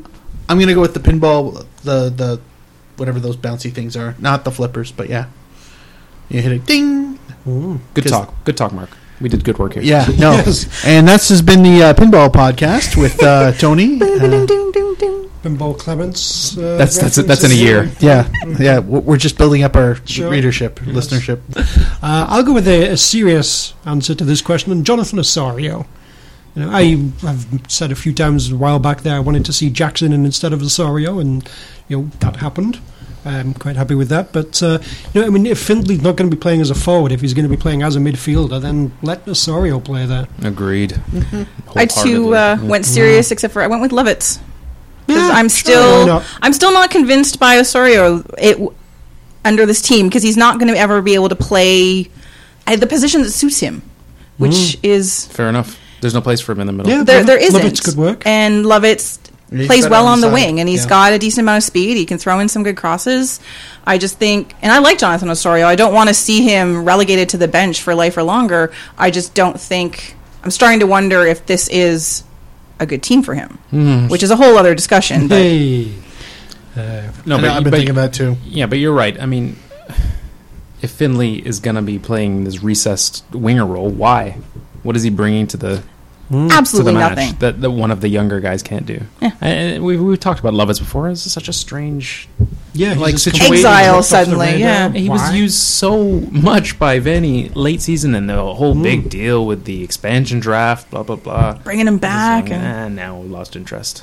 S4: gonna go with the pinball, the the whatever those bouncy things are, not the flippers, but yeah. You hit a ding.
S1: Good
S3: Mm.
S4: 'Cause-
S1: talk. Good talk, Mark. We did good work here.
S4: Yeah, no. And that's has been the uh, pinball podcast with uh, Tony. Uh,
S3: Pinball Clements. Uh,
S1: That's- that's- that's in a
S3: references.
S1: year.
S4: yeah, yeah. w- We're just building up our
S3: Sure.
S4: readership, listenership.
S3: Uh, I'll go with a, a serious answer to this question, and Jonathan Osorio. You know, I have said a few times a while back there I wanted to see Jackson in instead of Osorio, and you know that happened. I'm quite happy with that. But uh, you know, I mean, if Findley's not going to be playing as a forward, if he's going to be playing as a midfielder, then let Osorio play there.
S1: agreed. Mm.
S2: I too uh, went serious, except for I went with Lovitz. 'Cause
S3: Yeah,
S2: I'm
S3: sure,
S2: still
S3: why not?
S2: I'm still not convinced by Osorio it, under this team because he's not going to ever be able to play at the position that suits him, which
S3: Mm.
S2: is
S1: Fair enough. There's no place for him in the middle.
S3: Yeah.
S2: there, there
S3: Lovitz
S2: isn't.
S3: could work.
S2: and Lovitz
S4: He's
S2: plays
S4: better
S2: well on the,
S4: side.
S2: wing, and he's
S4: Yeah.
S2: got a decent amount of speed. He can throw in some good crosses. I just think, and I like Jonathan Osorio. I don't want to see him relegated to the bench for life or longer. I just don't think. I'm starting to wonder if this is a good team for him,
S1: Mm-hmm. Hmm.
S2: which is a whole other discussion. But
S3: Hey,
S1: No,
S4: I know, I've been
S1: but-
S4: thinking that too.
S1: Yeah, but you're right. I mean, if Finley is going to be playing this recessed winger role, why? What is he bringing to the Hmm. to the
S2: absolutely
S1: match
S2: nothing.
S1: that, that one of the younger guys can't do?
S2: Yeah.
S1: And we we talked about Lovitz before. It's such a strange.
S3: yeah,
S1: Like
S3: he's just
S1: situation-
S3: completely
S2: Exile
S3: knocked off the
S2: suddenly,
S3: radar.
S2: yeah.
S1: He was
S3: Why?
S1: used so much by Vanny late season and the whole
S2: Mm-hmm.
S1: big deal with the expansion draft, blah blah blah.
S2: Bringing him back,
S1: It's like,
S2: and
S1: "Ah, now we lost interest.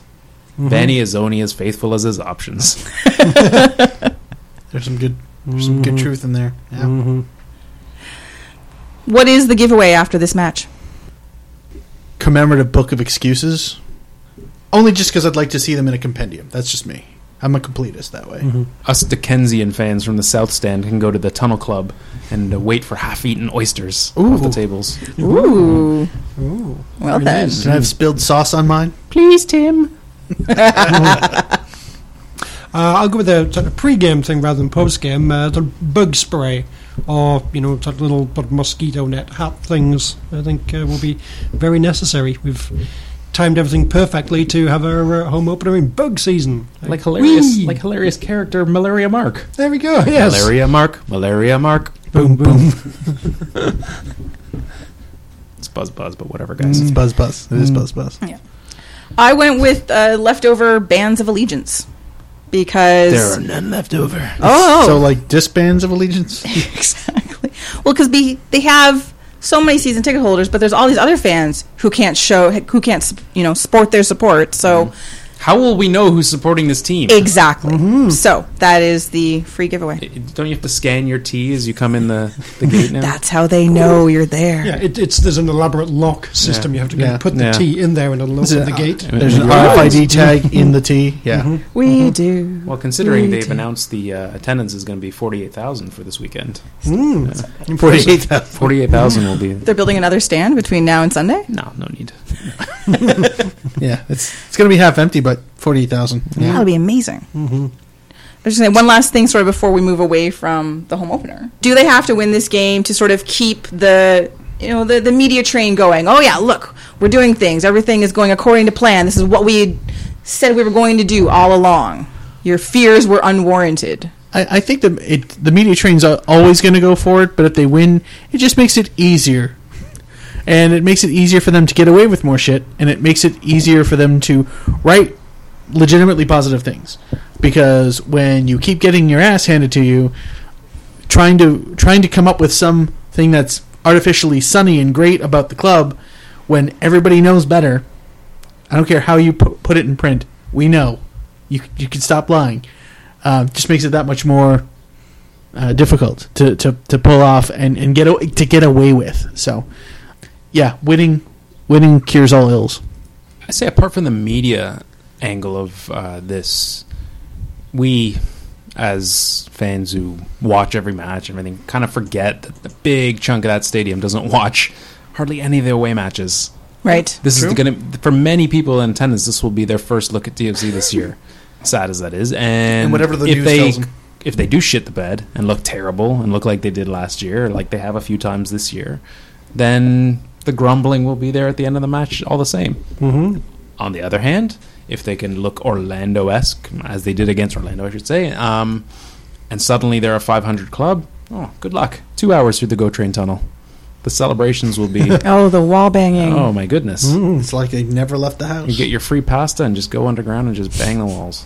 S1: Vanny is only as faithful as his options.
S4: There's some good, there's some
S3: Mm-hmm.
S4: good truth in there. Yeah.
S2: what is the giveaway after this match?
S4: commemorative book of excuses. Only just because I'd like to see them in a compendium. That's just me. I'm a completist that way.
S3: Mm-hmm.
S1: Us Dickensian fans from the South Stand can go to the Tunnel Club and uh, wait for half-eaten oysters off the
S4: Ooh.
S1: tables.
S2: Ooh, well then,
S4: Can I have spilled sauce on mine?
S2: please, Tim.
S3: Uh, I'll go with a sort of pre-game thing rather than post-game. Uh, the bug spray, or you know, sort of little sort of mosquito net hat things. I think uh, will be very necessary. We've timed everything perfectly to have our uh, home opener in bug season.
S1: Like hilarious,
S3: Whee!
S1: like hilarious character Malaria Mark.
S3: there we go. Yes.
S1: Malaria Mark. Malaria Mark.
S3: Boom boom.
S1: It's Buzz Buzz, but whatever, guys.
S4: It's Buzz Buzz. It is Buzz Buzz.
S2: I went with uh, leftover bands of allegiance because
S1: There are none left over.
S2: oh,
S4: So like disbands of allegiance.
S2: exactly. Well, because they have so many season ticket holders, but there's all these other fans who can't show, who can't, you know, sport their support. So
S1: How will we know who's supporting this team?
S2: exactly. So that is the free giveaway.
S1: Don't you have to scan your T as you come in the, the gate now?
S2: That's how they know you're there.
S3: Yeah, it, it's there's an elaborate lock system. You have to go
S4: Yeah.
S3: put the
S1: Yeah.
S3: T in there and it'll open the gate.
S4: There's an RFID tag in the T. Yeah.
S2: We do.
S1: Well, considering they've announced the uh, attendance is going to be 48,000 for this weekend.
S4: Forty-eight thousand.
S1: 48,000 will be.
S2: They're building another stand between now and Sunday.
S1: No, no need.
S4: Yeah, it's it's gonna be half empty, but forty-eight thousand. Yeah.
S2: That'll be amazing.
S3: Mm-hmm.
S2: I was just saying one last thing, sort of before we move away from the home opener. Do they have to win this game to sort of keep the you know the the media train going? Oh yeah, look, we're doing things. Everything is going according to plan. This is what we had said we were going to do all along. Your fears were unwarranted.
S4: I, I think the it, the media train's al- always going to go for it, but if they win, it just makes it easier, and it makes it easier for them to get away with more shit, and it makes it easier for them to write legitimately positive things, because when you keep getting your ass handed to you, trying to trying to come up with something that's artificially sunny and great about the club, when everybody knows better, I don't care how you pu- put it in print, we know, you you can stop lying uh, just makes it that much more uh, difficult to, to, to pull off and, and get a- to get away with. So, yeah, winning winning cures all ills.
S1: I say, apart from the media angle of uh, this, we, as fans who watch every match and everything, kind of forget that the big chunk of that stadium doesn't watch hardly any of their away matches.
S2: Right.
S1: This is going to, for many people in attendance, this will be their first look at DFC this year. Sad as that is, and,
S4: whatever the
S1: if
S4: news
S1: they,
S4: tells 'em.
S1: if they do shit the bed and look terrible and look like they did last year, or like they have a few times this year, then the grumbling will be there at the end of the match all the same. Mm-hmm. On the other hand, if they can look Orlando-esque as they did against Orlando, I should say, um, and suddenly they're a 500 club. Oh, good luck! Two hours through the GO train tunnel. The celebrations will be.
S2: Oh, the wall banging.
S1: oh my goodness!
S4: It's like they never left the house.
S1: You get your free pasta and just go underground and just bang the walls.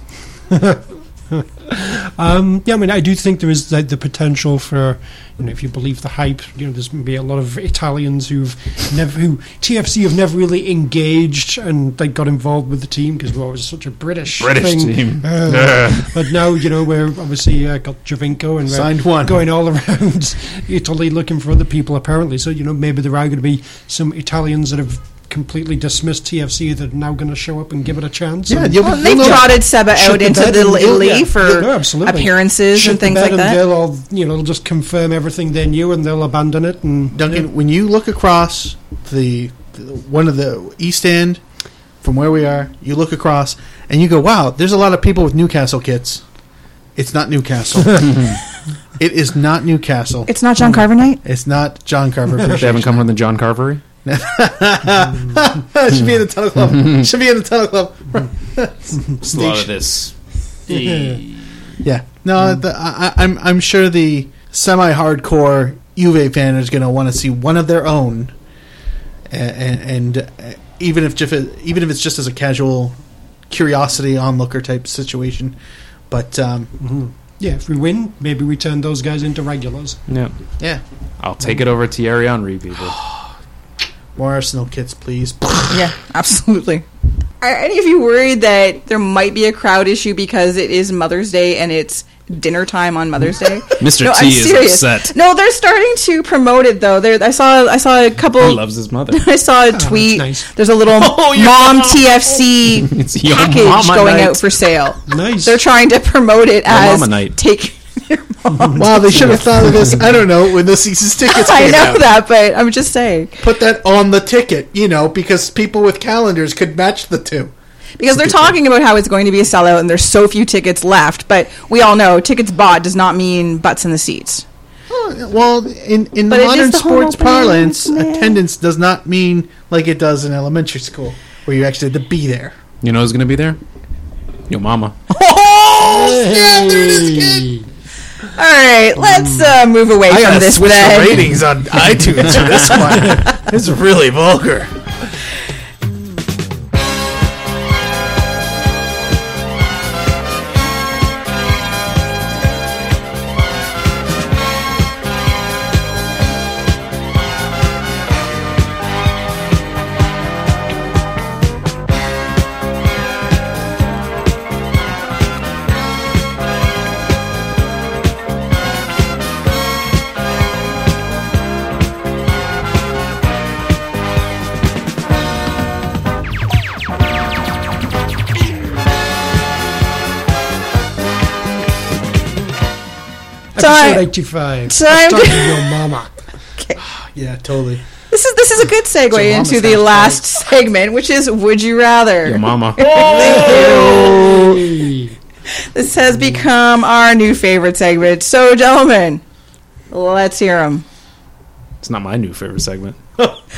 S3: Um, yeah, I mean, I do think there is like, the potential for, you know, if you believe the hype, you know, there's going to be a lot of Italians who've never, who TFC have never really engaged and they got involved with the team because we're always such a British
S1: British
S3: thing.
S1: team.
S3: Uh, But now, you know, we're obviously uh, got Javinko and we're
S4: Signed one.
S3: going all around Italy looking for other people apparently. So, you know, maybe there are going to be some Italians that have completely dismissed TFC that are now going to show up and give it a chance.
S4: yeah,
S3: And-
S4: you'll,
S2: Well, they
S4: you'll know.
S2: trotted Seba
S3: Shut
S2: out
S3: the
S2: into
S3: bed
S2: Little
S3: and-
S2: Italy
S3: yeah, yeah,
S2: for
S3: no, absolutely.
S2: appearances
S3: Shut
S2: and
S3: the
S2: things
S3: bed
S2: like
S3: and
S2: that.
S3: They'll all, you know, they'll just confirm everything they knew and they'll abandon it. And
S4: Duncan, when you look across the, the one of the east end from where we are, you look across and you go, "Wow, there's a lot of people with Newcastle kits." It's not Newcastle. it is not Newcastle.
S2: It's not John
S3: Mm.
S2: Carver night.
S4: It's not John Carver.
S1: They haven't come from the John Carvery.
S4: should be in the tunnel club. should be in the tunnel club.
S1: It's a lot of this.
S4: Yeah. No, the, I, I- I'm I'm sure the semi-hardcore Juve fan is going to want to see one of their own, and, and uh, even if just, even if it's just as a casual curiosity onlooker type situation, but um,
S3: yeah, if we win, maybe we turn those guys into regulars.
S1: Yeah,
S4: yeah,
S1: I'll take it over Thierry Henry, people.
S4: more Arsenal kits, please.
S2: Yeah, absolutely. Are any of you worried that there might be a crowd issue because it is Mother's Day and it's dinner time on Mother's Day?
S1: Mr.
S2: No,
S1: T
S2: I'm
S1: is
S2: serious.
S1: upset.
S2: No, they're starting to promote it though. There, I saw, I saw a couple.
S1: He loves his mother.
S2: I saw a tweet.
S3: nice.
S2: There's a little
S1: Oh,
S2: mom TFC
S1: It's your
S2: package
S1: mama
S2: going
S1: night.
S2: out for sale.
S3: Nice.
S2: They're trying to promote it as
S1: mama night.
S2: take. your mom.
S4: Wow, they should have thought of this. I don't know when the season's tickets
S2: I
S4: came
S2: know
S4: out.
S2: that, but I'm just saying.
S4: Put that on the ticket, you know, because people with calendars could match the two.
S2: because they're talking about how it's going to be a sellout and there's so few tickets left but we all know tickets bought does not mean butts in the seats
S4: Well, in, in
S2: But
S4: the
S2: it is
S4: modern
S2: the home
S4: sports
S2: opener,
S4: parlance,
S2: isn't it?
S4: attendance does not mean like it does in elementary school. where you actually had to be there.
S1: You know who's gonna be there? Your mama.
S4: Oh,
S2: All right, let's uh, move away
S4: Hmm. I
S2: from
S4: gotta
S2: this
S4: switch the
S2: bed.
S4: ratings on iTunes for this one. It's really vulgar.
S2: So
S3: Episode
S2: I,
S3: 85.
S2: so I'm-
S3: Talking to your mama.
S4: Yeah, totally.
S2: this is this is a good segue
S4: mama's
S2: into the
S4: house,
S2: last segment, which is "Would you rather."
S1: Your mama.
S2: This has
S4: Mm-hmm.
S2: become our new favorite segment. So, gentlemen, let's hear them.
S1: It's not my new favorite segment.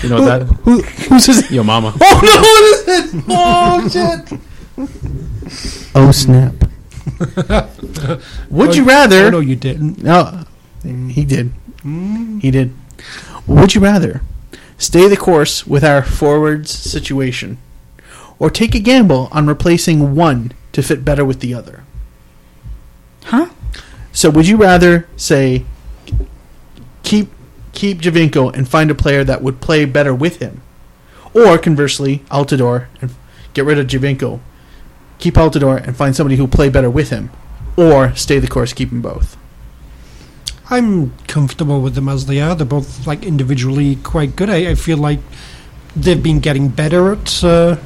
S1: You know what that?
S9: Who, who's his?
S1: Your mama.
S4: Oh no! What is it? Oh shit!
S9: Oh snap!
S4: Would you
S3: Oh,
S4: rather?
S3: no, you didn't.
S4: No, he did. He did. Would you rather stay the course with our forwards situation, or take a gamble on replacing one to fit better with the other?
S2: Huh?
S4: So, would you rather say keep keep Javinko and find a player that would play better with him, or conversely, Altidore and get rid of Javinko, keep Altidore and find somebody who play better with him, or stay the course, keep them both?
S3: I'm comfortable with them as they are. They're both like individually quite good. I, I feel like they've been getting better at, uh,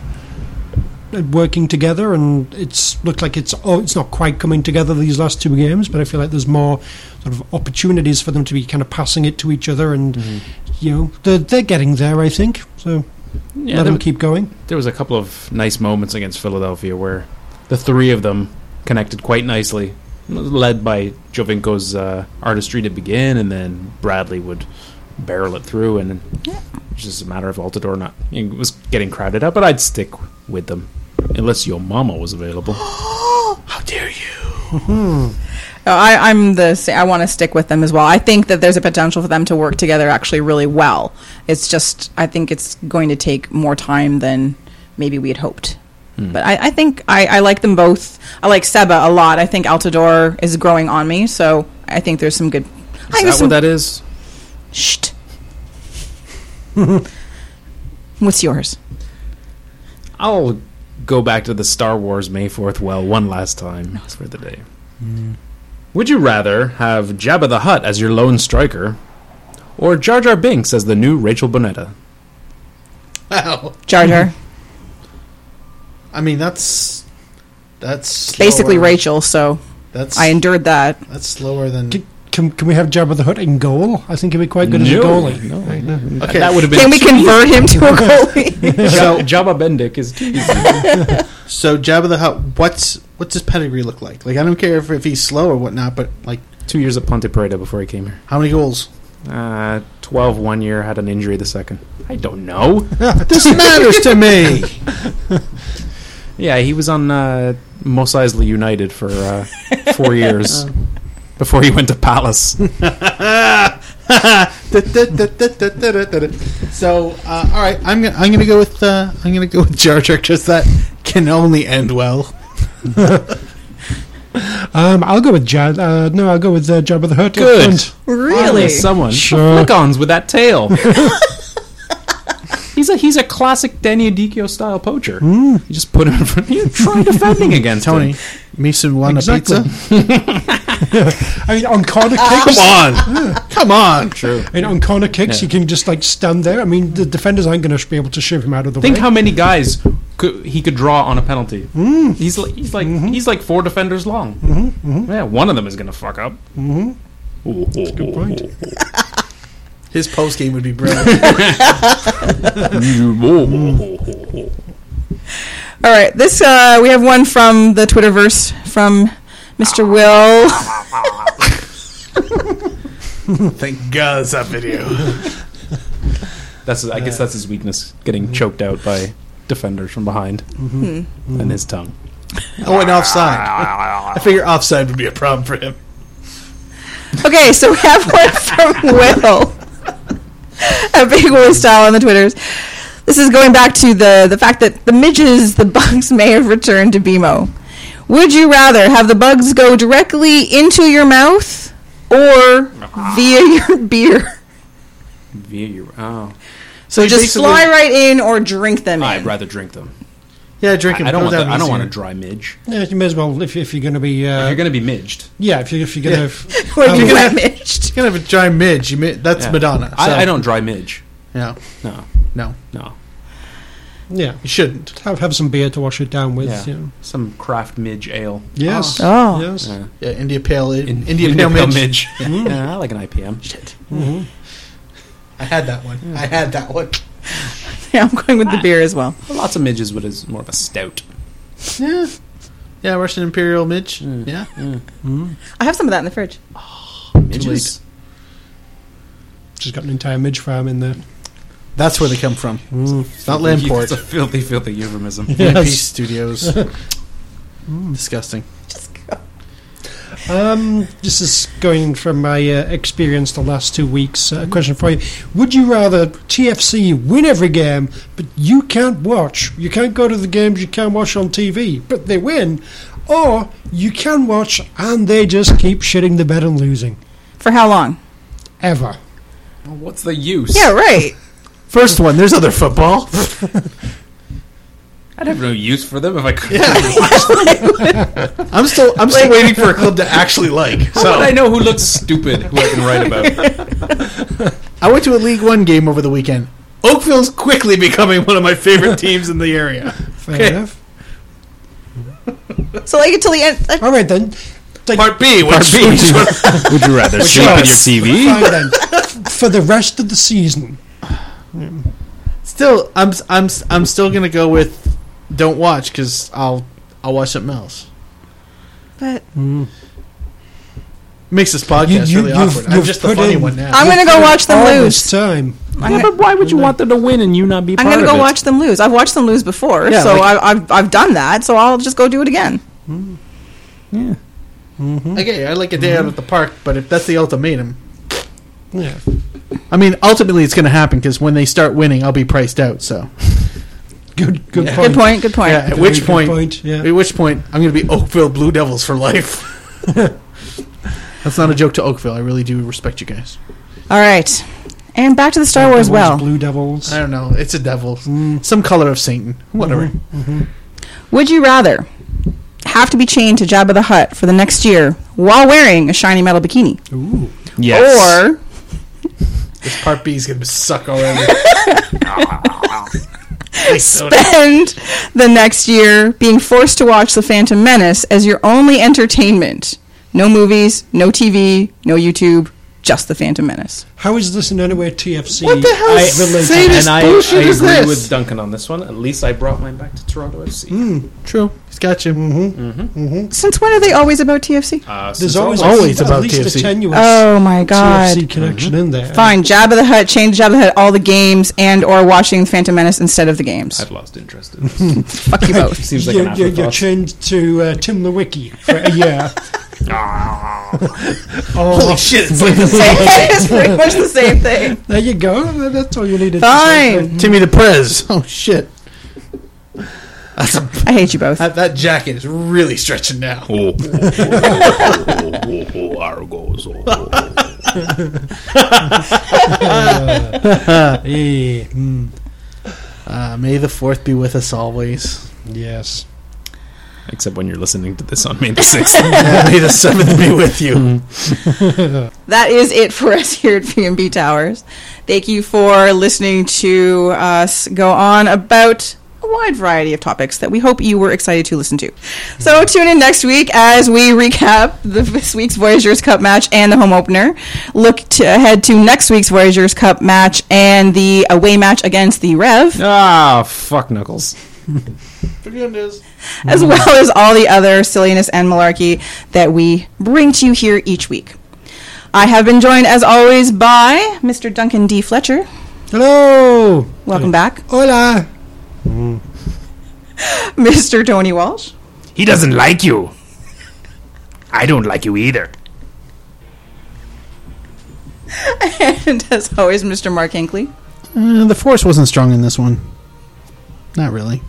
S3: at working together, and it's looked like it's oh, it's not quite coming together these last two games. But I feel like there's more sort of opportunities for them to be kind of passing it to each other, and
S1: Mm-hmm.
S3: you know they're they're getting there. I think so.
S1: Yeah, there,
S3: let them keep going.
S1: there was a couple of nice moments against Philadelphia where the three of them connected quite nicely, led by Jovinko's uh, artistry to begin, and then Bradley would barrel it through, and it's just a matter of Altidore not it was getting crowded out. But I'd stick with them unless your mama was available.
S4: How dare you!
S2: Oh, I, I'm the. sa- I want to stick with them as well. I think that there's a potential for them to work together actually really well. It's just I think it's going to take more time than maybe we had hoped.
S1: Hmm.
S2: But I, I think I, I like them both. I like Seba a lot. I think Altador is growing on me, so I think there's some good. I
S1: Is that what
S2: think there's some.
S1: that is?
S2: Shh. What's yours?
S1: I'll go back to the Star Wars May 4th well one last time for the day. Would you rather have Jabba the Hutt as your lone striker or Jar Jar Binks as the new Rachel Bonetta?
S4: Wow.
S2: Jar Jar.
S4: I mean, that's that's
S2: Basically
S4: slower.
S2: Rachel, so
S4: That's
S2: I endured that.
S4: that's slower than.
S3: Can, can, can we have Jabba the Hutt in goal? I think he'd be quite good as a
S1: No,
S3: goalie.
S1: no.
S3: Right, no.
S4: Okay,
S1: That would have been
S2: Can we convert him to a goalie?
S1: Ja- Jabba Bendick is too easy.
S4: so Jabba the Hutt. What's what's his pedigree look like? Like I don't care if, if he's slow or whatnot, but like
S1: Two years at Ponte Preta before he came here.
S4: how many goals?
S1: Uh, 12 one year, had an injury the second. I don't know.
S4: this matters to me.
S1: Yeah, he was on uh, Mos Eisley United for uh, four years before he went to Palace.
S4: so uh, all right, I'm gonna I'm gonna go with uh, I'm gonna go with Jar Jar because that can only end well.
S3: Um, I'll go with Jab. Uh, no, I'll go with uh, Jabba the Hutt. up
S1: Good.
S3: front.
S2: really?
S1: There's someone.
S3: Sure.
S1: The Flick-ons with that tail. he's a he's a classic Danny Adikio style poacher. You just put him in front. You try defending against
S4: Tony,
S1: him.
S4: Misa won
S3: Exactly.
S4: a pizza.
S3: I mean, on corner kicks,
S1: Ah,
S4: Come on, come on.
S1: True.
S3: I mean, on corner kicks,
S1: Yeah.
S3: you can just like stand there. I mean, the defenders aren't going to be able to shove him out of the
S1: Think
S3: way.
S1: how many guys could, he could draw on a penalty. He's like he's like he's like four defenders long. Yeah, one of them is gonna fuck up.
S3: Good point.
S4: His post game would be brilliant.
S2: All right, this uh, we have one from the Twitterverse from Mr. Will.
S4: Thank God it's that video.
S1: That's I guess that's his weakness, getting choked out by defenders from behind and his tongue.
S4: Oh, and offside. I figure offside would be a problem for him.
S2: Okay, so we have one from Will. A big Will style on the Twitters. This is going back to the, the fact that the midges, the bugs, may have returned to BMO. Would you rather have the bugs go directly into your mouth or via your beer?
S1: Via your oh,
S4: So
S2: Just
S4: basically-
S2: fly right in or drink them
S1: I'd
S2: in?
S1: rather drink them.
S4: Yeah, drink
S1: I
S4: and
S1: I don't
S4: put
S1: want.
S4: it
S1: The,
S4: down
S1: I don't want a
S4: easier.
S1: dry midge.
S3: Yeah, you may as well if, if you're going to be. Uh,
S1: You're gonna be midged.
S3: yeah, if you if you're going to.
S2: when you
S4: gonna
S2: wet
S4: have-
S2: midged.
S4: You can have a dry midge. You may, that's
S1: Yeah.
S4: Madonna. so-
S1: I, I don't dry midge.
S4: No,
S1: No,
S4: no,
S1: no.
S3: Yeah,
S4: you shouldn't.
S3: have have some beer to wash it down with.
S1: Yeah. Ah.
S3: you know.
S1: Some craft midge ale.
S3: Yes.
S2: Oh.
S3: Yes.
S1: Yeah.
S4: Yeah, India pale.
S1: In-
S4: India pale midge.
S1: yeah, I like an IPM.
S4: I had that one. I had that one.
S2: Yeah, I'm going with the beer as well.
S1: Lots of midges, but it's more of a stout.
S4: Yeah. Yeah, Russian Imperial midge. Yeah.
S2: I have some of that in the fridge.
S1: Midges.
S3: She's got an entire midge farm in there. Mm.
S4: That's where they come from. It's
S1: It's
S4: not Landport.
S1: a filthy, filthy euphemism.
S4: MP Studios. Hmm. Disgusting.
S3: Um, this is going from my uh, experience the last two weeks. Uh, question for you: Would you rather TFC win every game, but you can't watch? You can't go to the games. You can't watch on TV, but they win, or you can watch and they just keep shitting the bed and losing
S2: For how long?
S3: ever.
S1: What's the use?
S2: Yeah, right.
S4: First one. There's other football.
S1: I'd have no use for them if I could.
S4: I'm still. I'm still waiting for a club to actually like.
S1: How would
S4: So
S1: I know who looks stupid who I can write about?
S4: I went to a League One game over the weekend. Oakville's quickly becoming one of my favorite teams in the area.
S3: Fair
S4: Okay.
S3: enough.
S2: So like until the end. like-
S3: All right then.
S4: Part B. Which,
S1: Would you rather
S3: sleep in your
S1: TV?
S3: Fine then. For the rest of the season,
S4: Still, I'm. s- I'm. s- I'm still gonna go with don't watch because I'll. I'll watch something else.
S2: But
S4: Makes this podcast
S3: You- you-
S4: really
S3: you've-
S4: awkward. I'm
S3: you've
S4: just the
S3: put
S4: funny
S3: in-
S4: one now.
S2: I'm gonna go watch them
S3: all
S2: lose.
S3: this time.
S2: I'm gonna-
S6: but why would you want them to win and you not be
S2: I'm
S6: part
S2: gonna
S6: of
S2: go
S6: it?
S2: watch them lose. I've watched them lose before, so I, I've I've done that. So I'll just go do it again.
S6: Yeah.
S4: Okay, I like a day out at the park, but if that's the ultimatum,
S3: Yeah.
S4: I mean, ultimately it's going to happen because when they start winning, I'll be priced out. So,
S3: Good. Good point.
S2: Good point. Good point.
S4: yeah, at
S3: Very
S4: which
S3: good
S4: point,
S3: point, yeah.
S4: at which point, I'm going to be Oakville Blue Devils for life. that's not a joke to Oakville. I really do respect you guys.
S2: All right, and back to the Star Wars.
S3: Devils,
S2: Well,
S3: Blue Devils.
S4: I don't know. It's a devil, some color of Satan, whatever.
S2: would you rather have to be chained to Jabba the Hutt for the next year while wearing a shiny metal bikini,
S3: Ooh.
S2: or
S4: This part B is going to suck already.
S2: spend the next year being forced to watch The Phantom Menace as your only entertainment? No movies, no TV, no YouTube, just The Phantom Menace.
S3: How is this in any way TFC?
S4: What the hell?
S3: I- related?
S1: And
S4: Sadist
S1: I, I
S4: bullshit
S1: agree
S4: is this?
S1: with Duncan on this one. At least I brought mine back to Toronto FC.
S4: True, he's got you. Mm-hmm.
S2: Since when are they always about TFC?
S1: Uh, since
S3: There's always,
S4: always- always
S3: at
S4: about
S3: least
S4: TFC.
S3: a tenuous
S2: Oh my god.
S3: TFC connection in there.
S2: Fine, Jabba the Hutt, change Jabba the Hutt, all the games, and or watching Phantom Menace instead of the games.
S1: I've lost interest in this.
S2: Fuck you both.
S1: Seems like
S3: You're,
S1: an
S3: you're, you're
S1: afterthought.
S3: chained to uh, Tim Lewicki for a year.
S4: Holy shit! It's like
S2: it's pretty much the same thing.
S3: there you go. Tha- That's all you needed. to say.
S2: Fine.
S4: Timmy the Prez. Oh shit! That's a
S2: I hate you both.
S4: That, that jacket is really stretching now.
S3: Eh, mm,
S4: Uh, may the fourth be with us always.
S3: yes.
S1: Except when you're listening to this on May the 6th.
S4: may the seventh be with
S10: Mm-hmm.
S4: you.
S2: That is it for us here at PMB Towers. Thank you for listening to us go on about a wide variety of topics that we hope you were excited to listen to. So tune in next week as we recap the, this week's Voyagers Cup match and the home opener. Look to, ahead to next week's Voyagers Cup match and the away match against the Rev.
S1: ah, fuck Knuckles.
S2: as well as all the other silliness and malarkey that we bring to you here each week. I have been joined, as always, by Mr. Duncan D. Fletcher.
S3: Hello.
S2: Welcome back.
S3: Hola.
S2: Mr. Tony Walsh.
S1: He doesn't like you. I don't like you either.
S2: And as always, Mr. Mark Hinckley.
S9: Uh, the force wasn't strong in this one. Not really.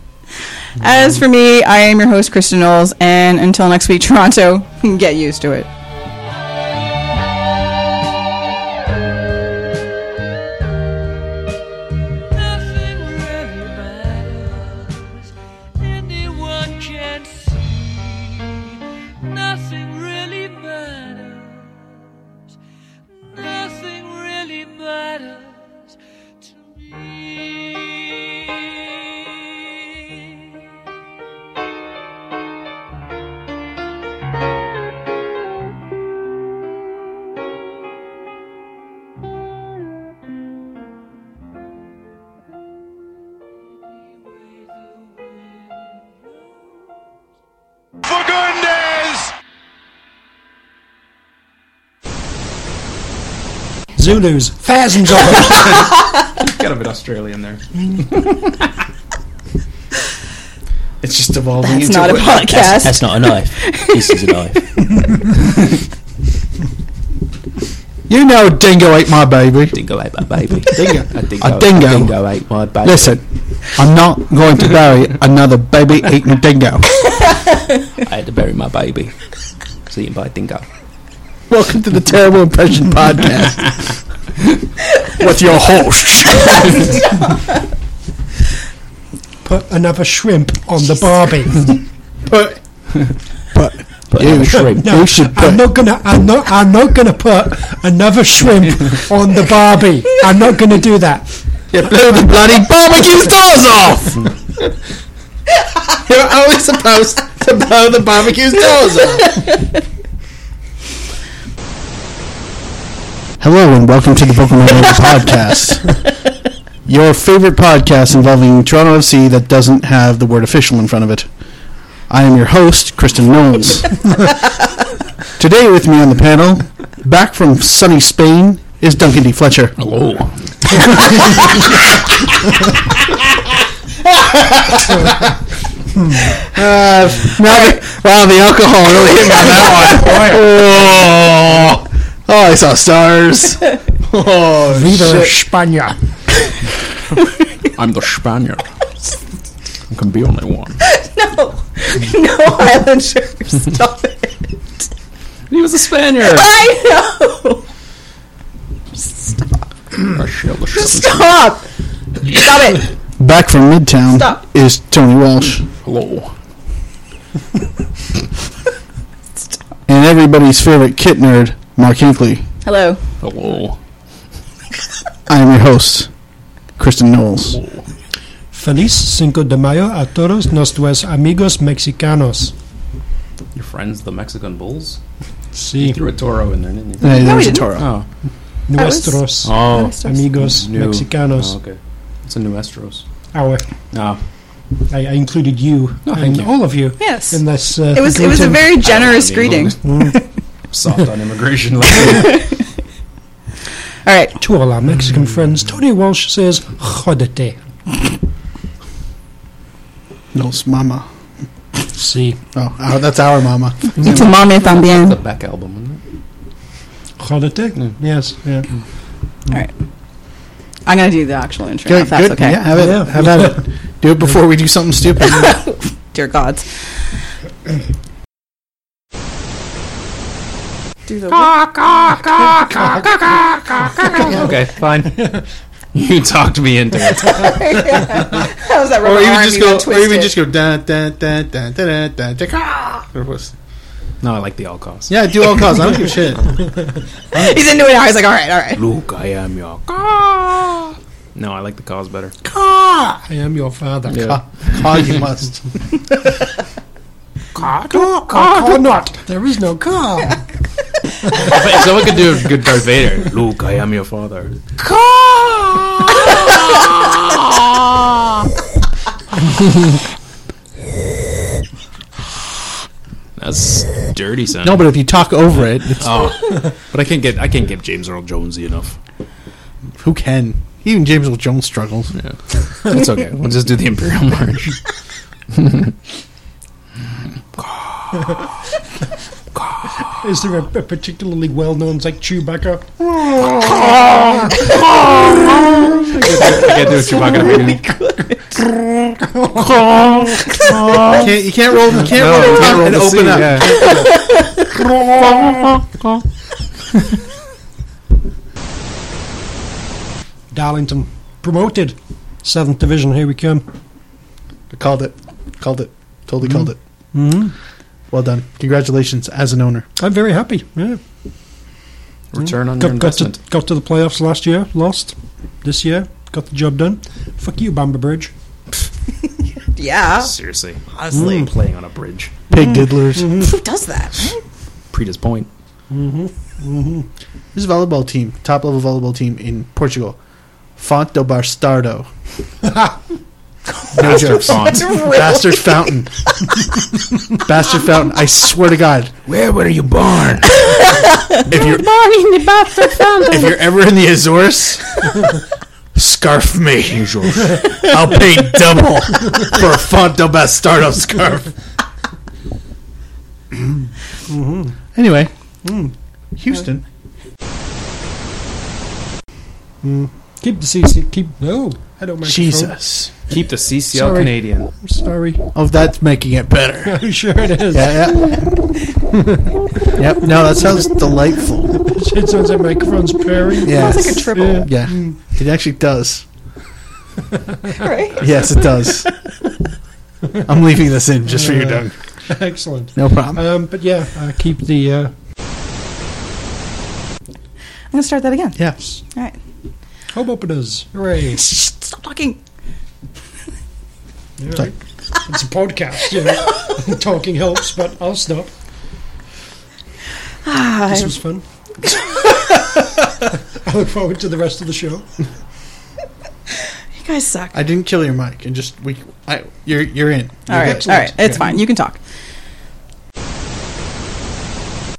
S2: As for me, I am your host, Kristen Knowles, and until next week, Toronto, get used to it.
S11: Nothing really matters. Anyone can see. Nothing really matters. Nothing really matters to me.
S5: For goodness!
S3: Zulus, thousands of them.
S1: Got a bit Australian there. it's just evolving
S2: It's
S1: into
S2: not a
S1: what-
S2: podcast.
S10: That's not a knife. this is a knife.
S9: You know, Dingo ate my baby.
S10: Dingo ate my baby.
S9: Dingo.
S10: A dingo,
S9: A dingo.
S10: dingo ate my baby.
S9: Listen, I'm not going to bury another baby eating dingo.
S10: I had to bury my baby. It was eaten by a dingo.
S9: Welcome to the Terrible Impression Podcast with your host.
S3: Put another shrimp on the Barbie.
S9: But, but
S10: Put
S9: you,
S10: another shrimp.
S9: you should
S3: I'm
S9: put
S3: not gonna. I'm not. I'm not gonna put another shrimp on the Barbie. I'm not gonna do that.
S9: You blew the bloody barbecue stars off! You're
S1: Oh,
S9: only supposed to blow the barbecue stars off! Hello and welcome to the Pokemon League podcast. Your favorite podcast involving Toronto FC that doesn't have the word official in front of it. I am your host, Kristen Knowles. Today with me on the panel, back from sunny Spain, is Duncan D. Fletcher. Uh, now the, wow, the alcohol really hit me on that one. Oh, oh, I saw stars. Oh,
S3: Viva
S9: shit.
S3: España.
S1: I'm the Spaniard. I can be only one.
S2: No, no Islanders, stop it.
S1: He was a Spaniard.
S2: I know.
S1: I shall the
S2: Stop. Stop it.
S9: Back from Midtown
S2: Stop.
S9: is Tony Walsh.
S1: Hello.
S9: And everybody's favorite kit nerd, Mark Hinkley.
S2: Hello.
S1: Hello.
S9: I am your host, Kristen Knowles.
S3: Feliz Cinco de Mayo a todos nuestros amigos mexicanos.
S1: Your friends, the Mexican Bulls? You
S3: Sí,
S1: threw a Toro in there, didn't you?
S9: Hey,
S2: No, we
S9: there's a
S2: didn't.
S9: Toro.
S1: Oh.
S3: nuestros
S1: Oh.
S3: amigos
S1: New-
S3: mexicanos.
S1: Oh, okay. It's a new Estros.
S3: Our,
S1: No.
S3: I, I included you
S1: No, Ah. Oh, thank
S3: and
S1: you.
S3: all of you
S2: Yes.
S3: in this. Uh,
S2: It was it was a
S3: gluten-
S2: very generous
S1: I don't know,
S2: greeting.
S1: Soft on immigration lately.
S2: All right.
S3: to all our
S1: Mm.
S3: Mexican friends. Tony Walsh says, "Jódete."
S9: Knowles' mama.
S3: Sí,
S9: Oh, oh, that's our mama.
S2: Y tu mami
S1: the
S2: también.
S1: Beck album, wasn't
S3: jódete.
S1: Mm.
S3: Yes, yeah.
S2: I'm gonna do the actual intro
S9: Good,
S2: if that's
S9: good.
S2: okay.
S9: Yeah, have it.
S3: Yeah.
S9: Have at it. Do it before we do something stupid.
S2: Dear gods. Do the
S9: Ah.
S1: it? Okay, fine. you talked me into it.
S2: How was that
S9: or
S2: rubber
S9: even
S2: arm
S9: just
S2: you
S9: go,
S2: got
S9: or even
S2: twisted?
S9: just go da da da da da da da. da or was-
S1: No, I like the all costs.
S9: Yeah, do all cause. I don't give a shit.
S2: He's into it now. He's like, all right, all right.
S1: Luke, I am your No, I like the cause better.
S3: I am your father.
S1: Yeah.
S9: Oh, you must.
S3: Car not. There is no car.
S1: if someone could do a good Darth Vader, Luke, I am your father. That's dirty sound.
S9: No, Oh, but if you talk over it, it's,
S1: Oh, but I can't get I can't get James Earl Jonesy enough.
S9: who can? Even James Earl Jones struggles.
S1: That's okay. We'll just do the Imperial March.
S3: Is there a, a particularly well-known like Chewbacca?
S1: I can't do a Chewbacca impression.
S4: You can't, you can't roll. You can't
S1: No,
S4: roll,
S1: you can't
S4: the top
S1: roll
S4: and
S1: the
S4: open
S1: C,
S4: up.
S1: yeah.
S3: Darlington promoted, seventh division. Here we come.
S4: Called it. Called it. Totally called
S9: Mm.
S4: it.
S3: hmm
S9: Mm-hmm.
S4: Well done. Congratulations as an owner.
S3: I'm very happy. Yeah.
S1: Return on your
S3: Got, got, to,
S1: investment.
S3: got to the playoffs last year, lost. This year, got the job done. Fuck you, Bamber Bridge.
S2: Yeah.
S1: Seriously, honestly,
S3: Mm.
S1: playing on a bridge.
S4: Pig diddlers.
S9: Hmm.
S2: Who does that?
S1: Preta's point.
S4: This volleyball team, top level volleyball team in Portugal, Font do Bastardo. no joke.
S1: Font.
S4: Bastard Fountain. Bastard Fountain. I swear to God. Where were you born? if you're If you're ever in the Azores, scarf me. I'll pay double for a Font do Bastardo scarf. Anyway, Houston.
S3: Keep the CC. Keep no. I don't mind.
S4: Jesus.
S1: Keep the CCL
S3: Sorry.
S1: Canadian.
S3: I'm sorry.
S4: Oh, that's making it better.
S3: I'm sure it is.
S4: Yeah, yeah. yep. No, that sounds delightful.
S3: It sounds like microphone's purring.
S4: Yes.
S2: Sounds like a triple,
S3: Yeah.
S4: yeah. It actually does.
S2: right?
S4: Yes, it does. I'm leaving this in just for you, Doug.
S3: Excellent.
S4: No problem.
S3: Um, but yeah, uh, keep the. Uh,
S2: I'm gonna start that again.
S4: Yes.
S2: All right.
S3: Home openers. Hooray.
S2: Shh, Stop talking.
S3: It's, like, it's a podcast, you know. Talking helps, but I'll stop.
S2: Ah,
S3: This was fun. I look forward to the rest of the show.
S2: you guys suck.
S4: I didn't kill your mic, and just we, I, you're you're in.
S2: all right, all right, it's fine. You can talk.